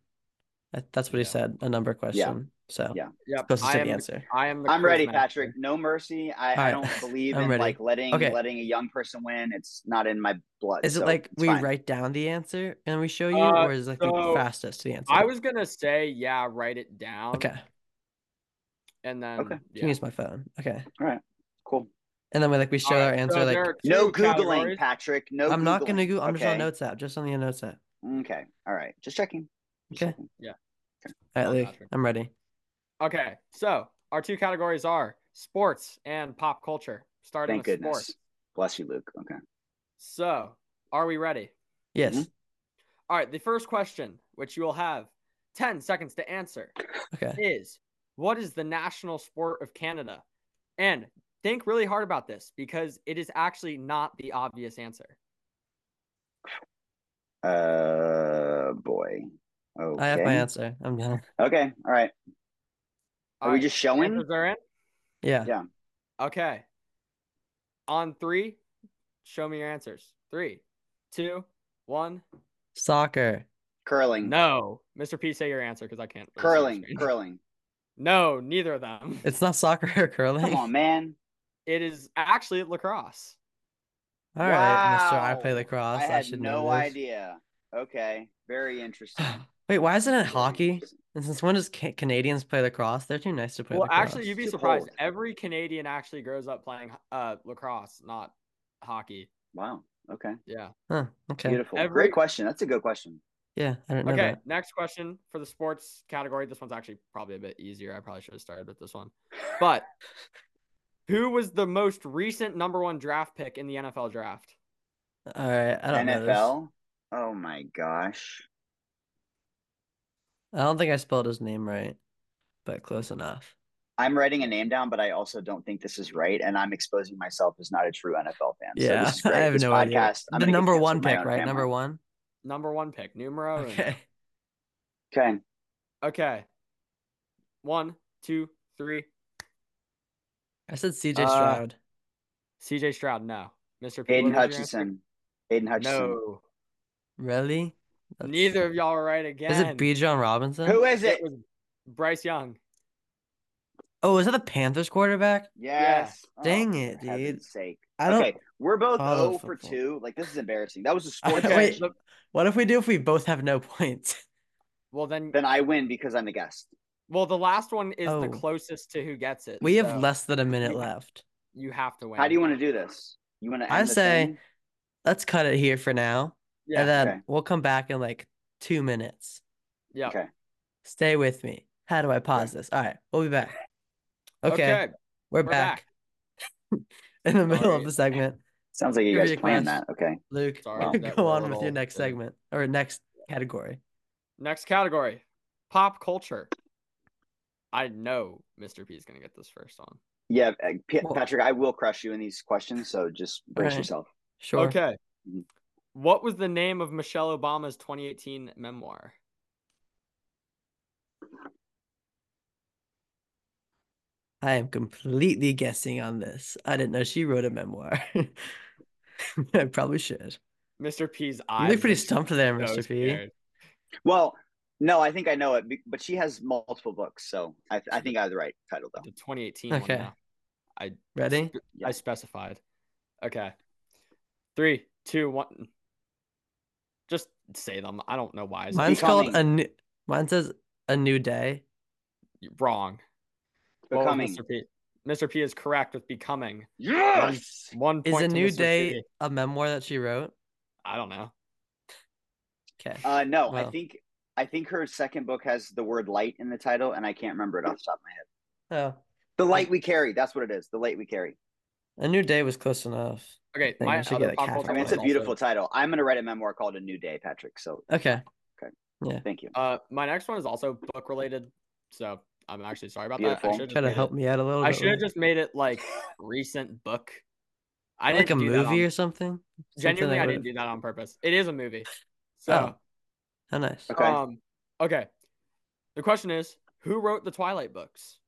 Speaker 1: That- That's what he
Speaker 2: Yeah.
Speaker 1: said. A number question. So
Speaker 3: Yeah.
Speaker 2: Yep.
Speaker 1: supposed to
Speaker 2: I
Speaker 1: say
Speaker 2: am,
Speaker 1: the
Speaker 2: the-
Speaker 1: answer.
Speaker 2: I am the
Speaker 3: I'm ready,
Speaker 2: quizmaster.
Speaker 3: Patrick. No mercy. I,
Speaker 1: All right.
Speaker 3: I don't believe
Speaker 1: I'm
Speaker 3: in
Speaker 1: ready.
Speaker 3: like letting
Speaker 1: Okay.
Speaker 3: letting a young person win. It's not in my blood.
Speaker 1: Is it
Speaker 3: so
Speaker 1: like
Speaker 3: it's
Speaker 1: we
Speaker 3: fine.
Speaker 1: write down the answer and we show you,
Speaker 2: Uh,
Speaker 1: or is it like
Speaker 2: so,
Speaker 1: the fastest to the answer?
Speaker 2: I was gonna say, yeah, write it down.
Speaker 1: okay. Can
Speaker 2: And then
Speaker 3: Okay.
Speaker 2: yeah.
Speaker 1: use my phone. Okay.
Speaker 3: Cool.
Speaker 1: And then we like we show
Speaker 2: All
Speaker 1: our
Speaker 2: right,
Speaker 1: answer.
Speaker 2: so
Speaker 1: like
Speaker 2: there are
Speaker 3: No
Speaker 2: two
Speaker 3: googling,
Speaker 2: categories.
Speaker 3: Patrick. No.
Speaker 1: I'm not
Speaker 3: Googling,
Speaker 1: gonna go. I'm just on
Speaker 3: okay?
Speaker 1: notes app. Just on the notes app.
Speaker 3: Okay. All right. Just checking. Just
Speaker 1: Okay.
Speaker 3: checking.
Speaker 1: All right,
Speaker 2: on,
Speaker 1: Luke.
Speaker 2: Patrick.
Speaker 1: I'm ready.
Speaker 2: Okay, so our two categories are sports and pop culture. Starting
Speaker 3: Thank
Speaker 2: with
Speaker 3: goodness.
Speaker 2: sports.
Speaker 3: Bless you, Luke. Okay.
Speaker 2: So, are we ready?
Speaker 1: Yes.
Speaker 3: Mm-hmm.
Speaker 2: All right, the first question, which you will have 10 seconds to answer,
Speaker 1: Okay.
Speaker 2: is what is the national sport of Canada? And think really hard about this because it is actually not the obvious answer.
Speaker 3: Uh, boy. Okay.
Speaker 1: I have my answer. I'm done.
Speaker 3: Okay. All right. Are
Speaker 2: All
Speaker 3: we
Speaker 2: right,
Speaker 3: just showing?
Speaker 2: answers are in?
Speaker 1: Yeah.
Speaker 3: Yeah.
Speaker 2: Okay. On three, show me your answers. Three, two, one.
Speaker 1: Soccer.
Speaker 3: Curling.
Speaker 2: No. Mr. P, say your answer because I can't. really see the
Speaker 3: Curling.
Speaker 2: screen.
Speaker 3: Curling.
Speaker 2: No, neither of them.
Speaker 1: It's not soccer or curling.
Speaker 3: Come on, man.
Speaker 2: It is actually lacrosse.
Speaker 1: All right, Mister. I play
Speaker 3: Wow.
Speaker 1: lacrosse.
Speaker 3: I
Speaker 1: I,
Speaker 3: had
Speaker 1: should know
Speaker 3: no
Speaker 1: this.
Speaker 3: idea. Okay. Very interesting.
Speaker 1: Wait, why isn't it
Speaker 3: Very
Speaker 1: hockey?
Speaker 3: interesting.
Speaker 1: And since when does ca- Canadians play lacrosse? They're too nice to play
Speaker 2: Well,
Speaker 1: lacrosse.
Speaker 2: actually, you'd be
Speaker 3: Too
Speaker 2: surprised.
Speaker 3: old.
Speaker 2: Every Canadian actually grows up playing uh, lacrosse, not hockey.
Speaker 3: Wow. Okay.
Speaker 2: Yeah.
Speaker 1: Huh, okay.
Speaker 3: Beautiful.
Speaker 2: Every-
Speaker 3: Great question. That's a good question.
Speaker 1: Yeah, I don't know
Speaker 2: Okay.
Speaker 1: that.
Speaker 2: Next question for the sports category. This one's actually probably a bit easier. I probably should have started with this one. But who was the most recent number one draft pick in the NFL draft?
Speaker 1: All right, I don't know this.
Speaker 3: NFL. Oh my gosh.
Speaker 1: I don't think I spelled his name right, but close enough.
Speaker 3: I'm writing a name down, but I also don't think this is right, and I'm exposing myself as not a true NFL fan. so
Speaker 1: yeah,
Speaker 3: this is great.
Speaker 1: I have
Speaker 3: this
Speaker 1: no
Speaker 3: podcast,
Speaker 1: idea.
Speaker 3: I'm
Speaker 1: the
Speaker 3: gonna get
Speaker 1: number
Speaker 3: canceled
Speaker 1: one
Speaker 3: by my
Speaker 1: pick,
Speaker 3: own
Speaker 1: right? Number
Speaker 3: family.
Speaker 1: one.
Speaker 2: Number one pick, numero. uno.
Speaker 1: Okay.
Speaker 3: Okay.
Speaker 2: Okay. One, two, three.
Speaker 1: I said C.J.
Speaker 2: Uh,
Speaker 1: Stroud.
Speaker 2: CJ Stroud, no. Mr. P,
Speaker 3: Aiden
Speaker 2: what was your answer?
Speaker 3: Hutchinson. Aiden Hutchinson.
Speaker 2: No.
Speaker 1: Really? That's-
Speaker 2: Neither of y'all are right again.
Speaker 1: Is it B. John Robinson?
Speaker 3: Who is it?
Speaker 2: It was Bryce Young.
Speaker 1: Oh, is that the Panthers quarterback?
Speaker 3: Yes. Oh,
Speaker 1: Dang it,
Speaker 3: for heaven's
Speaker 1: dude.
Speaker 3: Sake.
Speaker 1: I don't.
Speaker 3: okay, we're both
Speaker 1: follow
Speaker 3: 0 for
Speaker 1: football.
Speaker 3: 2. Like, this is embarrassing. That was a sports
Speaker 1: Okay.
Speaker 3: question.
Speaker 2: the-
Speaker 1: What if we do if we both have no points?
Speaker 2: well then
Speaker 3: Then I win because I'm the guest.
Speaker 2: well the last one is the
Speaker 1: Oh.
Speaker 2: closest to who gets it.
Speaker 1: We have
Speaker 2: so
Speaker 1: less than a minute
Speaker 3: You-
Speaker 1: left.
Speaker 2: you have to win.
Speaker 3: How do you want to do this? You want to
Speaker 1: I
Speaker 3: end the
Speaker 1: say-
Speaker 3: thing?
Speaker 1: Let's cut it here for now,
Speaker 2: Yeah.
Speaker 1: and then
Speaker 3: okay.
Speaker 1: we'll come back in like two minutes.
Speaker 2: yeah.
Speaker 3: Okay.
Speaker 1: Stay with me. How do I pause this? All right, we'll be back. Okay, we're,
Speaker 2: we're
Speaker 1: back, in the middle
Speaker 2: Sorry.
Speaker 1: of the segment.
Speaker 3: Sounds like you
Speaker 1: Trivia
Speaker 3: guys planned
Speaker 1: quest.
Speaker 3: that. Okay.
Speaker 1: Luke,
Speaker 2: Sorry that
Speaker 1: go
Speaker 2: we're a
Speaker 1: on with your
Speaker 2: little-
Speaker 1: next segment or next category.
Speaker 2: Next category. Pop culture. I know Mr. P is gonna get this first on.
Speaker 3: Yeah, uh, P-
Speaker 1: Well-
Speaker 3: Patrick, I will crush you in these questions, so just brace
Speaker 1: Alright.
Speaker 3: yourself.
Speaker 1: Sure.
Speaker 2: Okay.
Speaker 3: Mhm.
Speaker 2: What was the name of Michelle Obama's 2018 memoir?
Speaker 1: I am completely guessing on this. I didn't know she wrote a memoir. I probably should.
Speaker 2: Mr. P's
Speaker 1: You
Speaker 2: eyes.
Speaker 1: look pretty
Speaker 2: looked
Speaker 1: stumped there,
Speaker 2: so
Speaker 1: Mr. P.
Speaker 2: scared.
Speaker 3: Well, no, I think I know it, be- but she has multiple books, so I, I think I have the right title though.
Speaker 2: The 2018 one,
Speaker 1: Okay.
Speaker 2: yeah. I
Speaker 1: Ready?
Speaker 3: Yeah.
Speaker 2: I specified. Okay. Three, two, one. Just say them. I don't know why. I said
Speaker 1: Mine's called a
Speaker 3: Becoming.
Speaker 1: new. Mine says a new day.
Speaker 2: You're wrong. What was
Speaker 3: Becoming.
Speaker 2: Mr. P. Mr. P is correct with becoming.
Speaker 3: Yes.
Speaker 2: One
Speaker 1: Is
Speaker 2: point
Speaker 1: a
Speaker 2: to
Speaker 1: new
Speaker 2: Mr.
Speaker 1: day
Speaker 2: P.
Speaker 1: a memoir that she wrote?
Speaker 2: I don't know.
Speaker 1: Okay.
Speaker 3: Uh, no, I
Speaker 1: Wow.
Speaker 3: think I think her second book has the word light in the title, and I can't remember it off the top of my head.
Speaker 1: Oh,
Speaker 3: The light we carry. That's what it is. The light we carry.
Speaker 1: a new day was close enough.
Speaker 2: Okay,
Speaker 1: I
Speaker 2: my
Speaker 1: should
Speaker 2: other
Speaker 1: get a
Speaker 2: pop
Speaker 1: cat
Speaker 2: culture
Speaker 3: I mean, it's a
Speaker 2: was also-
Speaker 3: beautiful title. I'm gonna write a memoir called A New Day, Patrick. So
Speaker 1: Okay.
Speaker 3: thank you.
Speaker 2: Uh, my next one is also book related, so I'm actually sorry about
Speaker 3: Beautiful.
Speaker 2: that. I
Speaker 1: Try to help me out a little
Speaker 2: I
Speaker 1: bit.
Speaker 2: should have
Speaker 1: Luke.
Speaker 2: just made it like recent book. I
Speaker 1: like a
Speaker 2: didn't do that on-
Speaker 1: movie or something. Something
Speaker 2: Genuinely,
Speaker 1: that
Speaker 2: I
Speaker 1: would-
Speaker 2: didn't do that on purpose. It is a movie. So,
Speaker 1: Oh. How nice.
Speaker 3: Okay.
Speaker 2: um, okay. The question is, who wrote the Twilight books?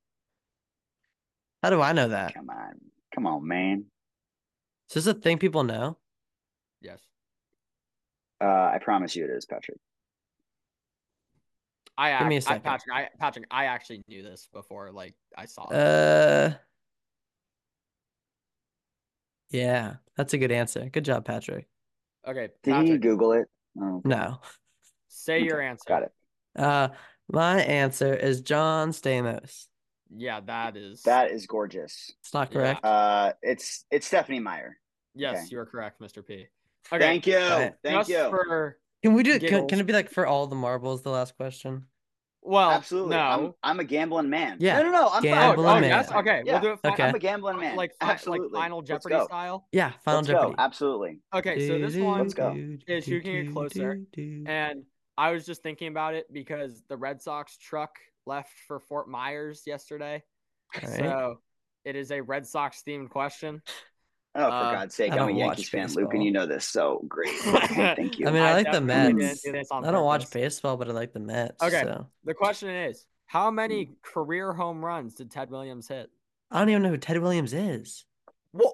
Speaker 1: How do I know that?
Speaker 3: Come on, come on, man.
Speaker 1: Is this a thing people know?
Speaker 2: Yes,
Speaker 3: Uh, I promise you, it is Patrick.
Speaker 2: I,
Speaker 1: Give me a
Speaker 2: act, I
Speaker 1: second.
Speaker 2: Patrick, I Patrick, I actually knew this before like I saw it.
Speaker 1: Uh, yeah, that's a good answer. Good job, Patrick.
Speaker 2: okay,
Speaker 3: Did he
Speaker 2: Patrick,
Speaker 3: Google it? Oh,
Speaker 1: No.
Speaker 2: say your answer.
Speaker 3: got it.
Speaker 1: Uh, my answer is John Stamos.
Speaker 2: Yeah, that is
Speaker 3: That is gorgeous.
Speaker 1: It's not
Speaker 2: Yeah.
Speaker 1: correct.
Speaker 3: Uh, it's it's Stephanie Meyer.
Speaker 2: Yes,
Speaker 3: okay.
Speaker 2: you are correct, Mr. P.
Speaker 3: Thank you.
Speaker 1: Right.
Speaker 3: Thank
Speaker 2: just
Speaker 3: you.
Speaker 2: For,
Speaker 1: Can we do it? Can,
Speaker 2: Giggles.
Speaker 1: can it be like for all the marbles, the last question?
Speaker 2: well,
Speaker 3: Absolutely.
Speaker 2: uh, No.
Speaker 3: I'm, I'm a gambling man.
Speaker 1: Yeah.
Speaker 3: No, no, no. I'm
Speaker 2: oh,
Speaker 1: Gambling
Speaker 2: oh,
Speaker 1: man.
Speaker 2: yes. Okay,
Speaker 3: Yeah.
Speaker 2: we'll do it.
Speaker 1: Okay.
Speaker 3: fine. I'm a gambling man.
Speaker 2: Like, fi- like
Speaker 3: Absolutely.
Speaker 2: Final
Speaker 3: Let's
Speaker 2: Jeopardy
Speaker 3: go.
Speaker 2: style.
Speaker 1: Yeah, Final
Speaker 3: Let's
Speaker 1: Jeopardy.
Speaker 3: go. Absolutely.
Speaker 2: Okay, so this
Speaker 1: Do, do,
Speaker 2: one
Speaker 3: Let's go.
Speaker 1: do,
Speaker 2: is
Speaker 1: do,
Speaker 2: who can get
Speaker 1: do,
Speaker 2: closer,
Speaker 1: do, do.
Speaker 2: and I was just thinking about it because the Red Sox truck left for Fort Myers yesterday.
Speaker 1: All right.
Speaker 2: So it is a Red Sox themed question.
Speaker 3: Oh, for
Speaker 2: Uh,
Speaker 3: God's sake,
Speaker 1: I
Speaker 3: I'm a
Speaker 1: don't watch
Speaker 3: Yankees fan, Luke,
Speaker 1: baseball.
Speaker 3: and you know this. So great. Okay, Thank you.
Speaker 1: I mean, I like the
Speaker 2: definitely
Speaker 1: Mets.
Speaker 2: didn't do this on
Speaker 1: I don't watch
Speaker 2: purpose.
Speaker 1: baseball, but I like the Mets.
Speaker 2: Okay.
Speaker 1: So.
Speaker 2: The question is, how
Speaker 3: Hmm.
Speaker 2: many career home runs did Ted Williams hit?
Speaker 1: I don't even know who Ted Williams is.
Speaker 3: Whoa.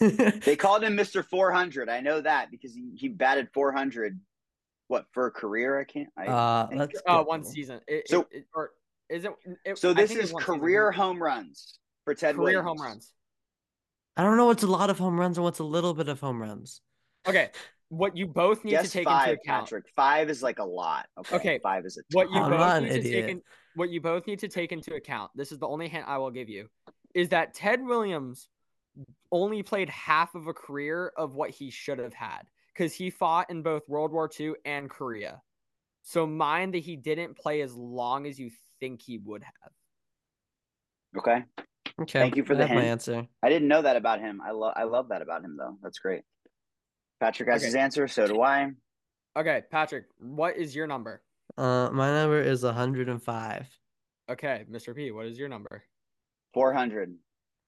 Speaker 3: They called him Mr. 400. I know that because he, he batted 400. What for a career? I can't. I,
Speaker 1: uh, let's
Speaker 2: Oh,
Speaker 1: go.
Speaker 2: one season. It,
Speaker 3: So-
Speaker 2: it, it- or is it, it- I
Speaker 3: so this
Speaker 2: think it was
Speaker 3: is
Speaker 2: one season,
Speaker 3: career
Speaker 2: wasn't it?
Speaker 3: home runs for Ted
Speaker 2: career
Speaker 3: Williams.
Speaker 2: home runs.
Speaker 1: I don't know what's a lot of home runs and what's a little bit of home runs.
Speaker 2: Okay, what you both need
Speaker 3: Yes,
Speaker 2: to take
Speaker 3: five,
Speaker 2: into account.
Speaker 3: Patrick. Five is like a lot. Okay.
Speaker 2: Okay,
Speaker 3: Five is a
Speaker 2: What you
Speaker 1: I'm
Speaker 2: both
Speaker 1: not an
Speaker 2: need to take
Speaker 1: idiot.
Speaker 2: in, what you both need to take into account. This is the only hint I will give you, is that Ted Williams only played half of a career of what he should have had because he fought in both World War II and Korea. So mind that he didn't play as long as you think he would have.
Speaker 3: Okay.
Speaker 1: Okay.
Speaker 3: Thank you for
Speaker 1: I
Speaker 3: the
Speaker 1: have my
Speaker 3: hint.
Speaker 1: answer.
Speaker 3: I didn't know that about him. I love I love that about him though. That's great. Patrick has
Speaker 2: Okay.
Speaker 3: his answer, so do I.
Speaker 2: Okay, Patrick, what is your number?
Speaker 1: Uh, my number is 105.
Speaker 2: Okay, Mr. P, what is your number?
Speaker 3: Four hundred.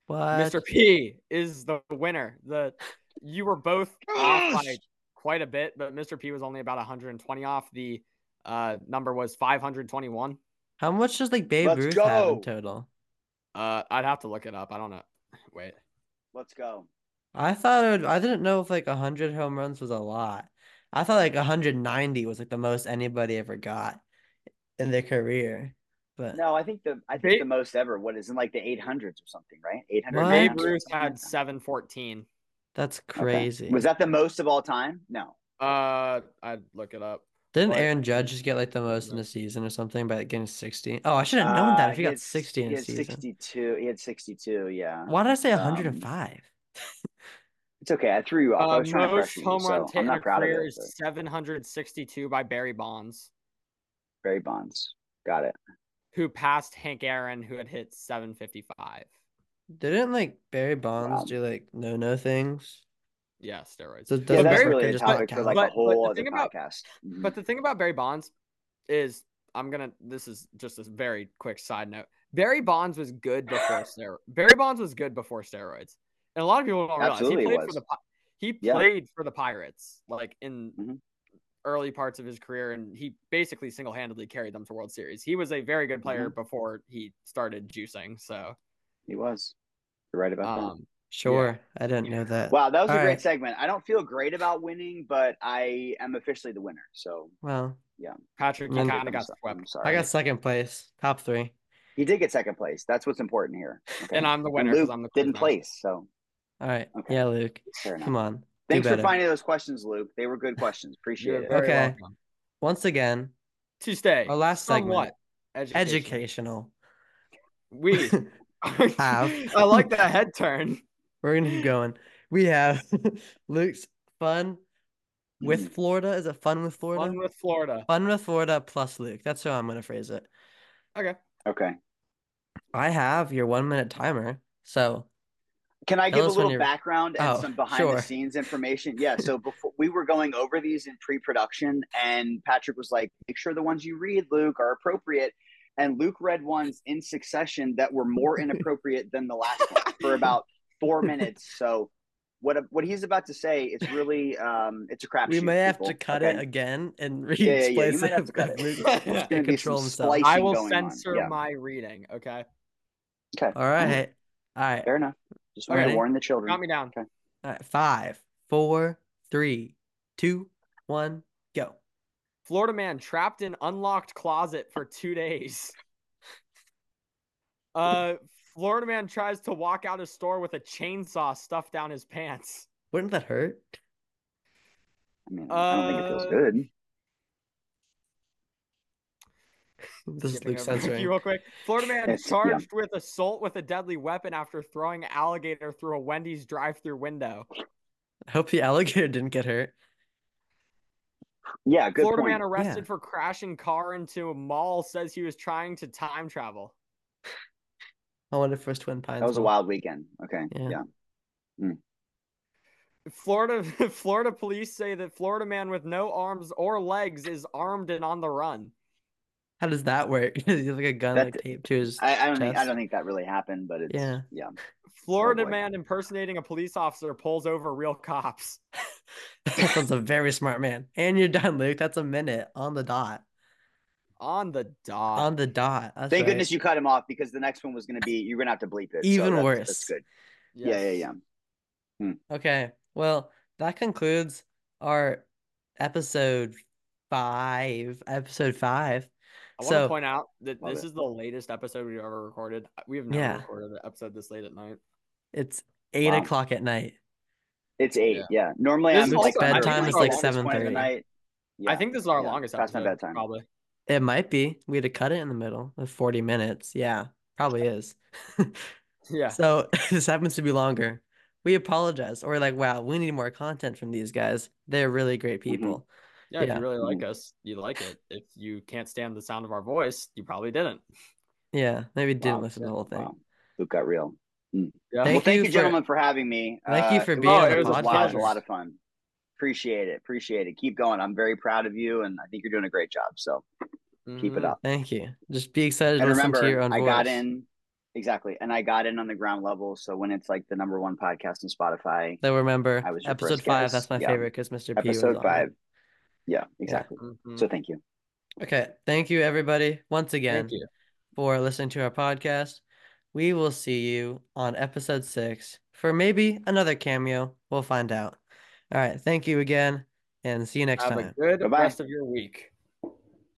Speaker 1: What?
Speaker 3: Uh,
Speaker 2: Mr. P is the winner. The you were both off by
Speaker 3: Yes.
Speaker 2: quite a bit, but Mr. P was only about 120 off. The uh, number was 521.
Speaker 1: How much does like Babe
Speaker 3: Let's
Speaker 1: Ruth have
Speaker 3: go.
Speaker 1: in total?
Speaker 2: Uh, I'd have to look it up. I don't know. Wait.
Speaker 3: Let's go.
Speaker 1: I thought it would, I didn't know if like 100 home runs was a lot. I thought like 190 was like the most anybody ever got in their career. But
Speaker 3: No, I think the I think
Speaker 2: Ba-
Speaker 3: the most ever. What is in like the eight hundreds or something, right? Eight hundred.
Speaker 1: What?
Speaker 2: Babe Ruth had 714.
Speaker 1: that's crazy.
Speaker 3: Was that the most of all time? No.
Speaker 2: Uh, I'd look it up.
Speaker 1: Didn't
Speaker 2: What?
Speaker 1: Aaron Judge just get like the most in a season or something by like, getting 60? Oh, I should have known
Speaker 3: Uh,
Speaker 1: that if he got
Speaker 3: had s-
Speaker 1: 60 in
Speaker 3: he
Speaker 1: a
Speaker 3: had
Speaker 1: season.
Speaker 3: sixty-two. He had sixty-two. Yeah.
Speaker 1: Why did I say
Speaker 3: um,
Speaker 1: 105?
Speaker 3: It's okay. I threw you off. I
Speaker 2: Uh,
Speaker 3: was trying to
Speaker 2: most
Speaker 3: pressure you,
Speaker 2: home
Speaker 3: so
Speaker 2: runs hit
Speaker 3: I'm
Speaker 2: in a
Speaker 3: not proud of
Speaker 2: career
Speaker 3: it. but
Speaker 2: is 762 by Barry Bonds,
Speaker 3: Barry Bonds. Got it.
Speaker 2: who passed Hank Aaron, who had hit 755.
Speaker 1: Didn't like Barry Bonds
Speaker 3: Wow.
Speaker 1: do like no no things?
Speaker 2: Yeah, steroids.
Speaker 1: So
Speaker 3: Yeah,
Speaker 1: doesn't
Speaker 3: that's
Speaker 2: Barry-
Speaker 1: work,
Speaker 3: really
Speaker 1: they
Speaker 3: a
Speaker 1: just don't
Speaker 3: topic
Speaker 1: count.
Speaker 3: for like
Speaker 2: But-
Speaker 3: a
Speaker 2: but
Speaker 3: whole
Speaker 2: the
Speaker 3: other
Speaker 2: thing about-
Speaker 3: podcast. Mhm.
Speaker 2: But the thing about Barry Bonds is, I'm gonna. This is just a very quick side note. Barry Bonds was good before steroids. Barry Bonds was good before steroids, and a lot of people don't realize
Speaker 3: Absolutely
Speaker 2: he
Speaker 3: he
Speaker 2: played for
Speaker 3: was.
Speaker 2: the Pi- he
Speaker 3: Yeah.
Speaker 2: played for the Pirates, like in
Speaker 3: Mhm.
Speaker 2: early parts of his career, and he basically single handedly carried them to World Series. He was a very good player
Speaker 3: Mm-hmm.
Speaker 2: before he started juicing. So,
Speaker 3: He was. You're right about that.
Speaker 2: um,
Speaker 1: Sure, I didn't know that.
Speaker 3: Wow, that was a
Speaker 1: All
Speaker 3: great
Speaker 1: right.
Speaker 3: segment. I don't feel great about winning, but I am officially the winner. So
Speaker 1: Well,
Speaker 2: Patrick, you
Speaker 1: Mm.
Speaker 2: kind of
Speaker 3: I'm
Speaker 2: got
Speaker 3: so-
Speaker 2: swept,
Speaker 3: I'm sorry.
Speaker 1: I got second place, top three.
Speaker 3: he did get second place. That's what's important here. Okay.
Speaker 2: and I'm the winner
Speaker 3: And
Speaker 2: because
Speaker 3: Luke
Speaker 2: I'm the
Speaker 3: didn't
Speaker 2: quizmaster.
Speaker 3: place, so
Speaker 1: All right,
Speaker 3: Okay.
Speaker 1: yeah, Luke,
Speaker 3: fair enough.
Speaker 1: come on, do
Speaker 3: Thanks for
Speaker 1: better.
Speaker 3: finding those questions, Luke. They were good questions. Appreciate
Speaker 2: You're
Speaker 3: it.
Speaker 2: very
Speaker 1: Okay.
Speaker 2: welcome.
Speaker 1: Once again,
Speaker 2: To
Speaker 3: Uh,
Speaker 2: stay.
Speaker 1: our last segment,
Speaker 2: Somewhat
Speaker 1: educational.
Speaker 2: We
Speaker 1: Have.
Speaker 2: I like that head turn.
Speaker 1: We're gonna keep going. We have Luke's fun with
Speaker 3: Mhm.
Speaker 1: Florida. Is it fun with Florida?
Speaker 2: One with Florida.
Speaker 1: Fun with Florida plus Luke. That's how I'm gonna phrase it.
Speaker 3: Okay.
Speaker 1: I have your one minute timer. So
Speaker 3: Can I
Speaker 1: Tell
Speaker 3: give a
Speaker 1: us when
Speaker 3: little
Speaker 1: you're-
Speaker 3: background and
Speaker 1: Oh,
Speaker 3: some behind
Speaker 1: sure.
Speaker 3: the scenes information? Yeah. So before we were going over these in pre production, and Patrick was like, make sure the ones you read, Luke, are appropriate. And Luke read ones in succession that were more inappropriate than the last one for about four minutes. So what what he's about to say is really um it's a crap.
Speaker 1: we may have to cut it again and re
Speaker 3: yeah, yeah, you
Speaker 1: explain
Speaker 3: might have to cut it.
Speaker 2: It's
Speaker 1: Luke
Speaker 3: gonna be
Speaker 1: control
Speaker 3: some
Speaker 1: himself.
Speaker 3: splice-
Speaker 2: I
Speaker 3: Icing
Speaker 2: will
Speaker 3: going on,
Speaker 2: censor
Speaker 3: yeah.
Speaker 2: my reading. Okay.
Speaker 3: Okay. Mm-hmm.
Speaker 1: All right. All right.
Speaker 3: Fair enough. Just wanted
Speaker 1: Ready?
Speaker 3: to warn the
Speaker 2: Count
Speaker 3: children.
Speaker 2: me down.
Speaker 1: All right. Five, four, three, two, one, go.
Speaker 2: Florida man trapped in unlocked closet for two days. Uh, Florida man tries to walk out of store with a chainsaw stuffed down his pants.
Speaker 1: Wouldn't that hurt?
Speaker 3: I mean, I don't think it
Speaker 2: Uh,
Speaker 3: feels good.
Speaker 1: This is
Speaker 2: Skipping
Speaker 1: Luke
Speaker 2: over Ricky
Speaker 1: censoring.
Speaker 2: Real quick, Florida man
Speaker 3: It's- yeah.
Speaker 2: charged with assault with a deadly weapon after throwing alligator through a Wendy's drive-through window.
Speaker 1: I hope the alligator didn't get hurt.
Speaker 3: Yeah, good
Speaker 2: Florida
Speaker 3: point.
Speaker 2: man arrested for crashing car into a mall says he was trying to time travel.
Speaker 1: I wonder if first Twin Pines.
Speaker 3: that was a
Speaker 1: will.
Speaker 3: wild weekend. Okay.
Speaker 1: Yeah.
Speaker 3: Yeah.
Speaker 2: Florida Florida police say that Florida man with no arms or legs is armed and on the run.
Speaker 1: How does that work? He's like a gun
Speaker 3: That-
Speaker 1: like taped to his.
Speaker 3: I, I don't think I
Speaker 1: Chest.
Speaker 3: don't think that really happened, but it's yeah.
Speaker 1: Yeah.
Speaker 2: Florida
Speaker 3: Oh, boy.
Speaker 2: man impersonating a police officer pulls over real cops.
Speaker 1: That sounds a very smart man. And you're done, Luke. That's a minute on the dot.
Speaker 2: On the dot.
Speaker 1: On the dot. That's
Speaker 3: Thank
Speaker 1: right.
Speaker 3: goodness you cut him off because the next one was gonna be you're gonna have to bleep it. so
Speaker 1: Even
Speaker 3: that's-
Speaker 1: worse.
Speaker 3: That's good. Yeah,
Speaker 2: Yes.
Speaker 3: yeah, yeah.
Speaker 1: Okay. Well, that concludes our episode five. Episode five.
Speaker 2: I want to
Speaker 1: So-
Speaker 2: point out that
Speaker 3: Love
Speaker 2: this is
Speaker 3: it.
Speaker 2: the latest episode we've ever recorded. We have never
Speaker 1: Yeah.
Speaker 2: recorded an episode this late at night.
Speaker 1: It's eight
Speaker 3: Wow.
Speaker 1: o'clock at night.
Speaker 3: It's eight.
Speaker 2: Yeah.
Speaker 3: Yeah. Normally
Speaker 2: This
Speaker 3: I'm
Speaker 2: is
Speaker 3: like
Speaker 2: also-
Speaker 1: Bedtime is, like, 7:30.
Speaker 2: I think this is our
Speaker 3: yeah,
Speaker 2: longest
Speaker 3: past my
Speaker 2: episode.
Speaker 3: bedtime.
Speaker 2: Probably.
Speaker 1: It might be. We had to cut it in the middle of 40 minutes. Yeah, probably is.
Speaker 2: Yeah.
Speaker 1: So this happens to be longer. We apologize. Or like, wow, we need more content from these guys. They're really great
Speaker 3: Mm-hmm.
Speaker 1: people.
Speaker 2: yeah. If
Speaker 1: yeah.
Speaker 2: you really
Speaker 3: Mm.
Speaker 2: like us, you like it. If you can't stand the sound of our voice, you probably didn't.
Speaker 1: Yeah, maybe didn't
Speaker 3: Wow,
Speaker 1: listen to the whole thing.
Speaker 3: Wow. Luke got real.
Speaker 2: Yeah.
Speaker 1: Thank
Speaker 3: well, thank
Speaker 1: you
Speaker 3: you,
Speaker 1: for-
Speaker 3: gentlemen, for having me. Uh,
Speaker 1: Thank you for
Speaker 3: it was-
Speaker 1: being
Speaker 2: on the
Speaker 3: it was a
Speaker 2: podcast.
Speaker 3: lot, it was a lot of fun. Appreciate it. Appreciate it. Keep going. I'm very proud of you, and I think you're doing a great job. So keep it
Speaker 2: Mhm.
Speaker 3: up.
Speaker 1: Thank you. Just be excited Mm-hmm. to
Speaker 3: And
Speaker 1: listen
Speaker 3: remember,
Speaker 1: to your own
Speaker 3: I
Speaker 1: voice.
Speaker 3: got in exactly, and I got in on the ground level. So when it's like the number one podcast on Spotify,
Speaker 1: They'll remember
Speaker 3: I was your
Speaker 1: episode
Speaker 3: first
Speaker 1: five.
Speaker 3: guest.
Speaker 1: That's my
Speaker 3: Yeah.
Speaker 1: favorite because Mr. P was
Speaker 3: episode
Speaker 1: on
Speaker 3: five.
Speaker 1: it. Mm.
Speaker 3: Yeah, exactly.
Speaker 2: Mhm.
Speaker 3: So thank you.
Speaker 1: Okay. Thank you, everybody, once again
Speaker 2: Thank you.
Speaker 1: for listening to our podcast. We will see you on episode six for maybe another cameo. We'll find out. All right. Thank you again and see you next
Speaker 2: Have
Speaker 1: time.
Speaker 2: a good
Speaker 3: Bye-bye.
Speaker 2: rest of your week.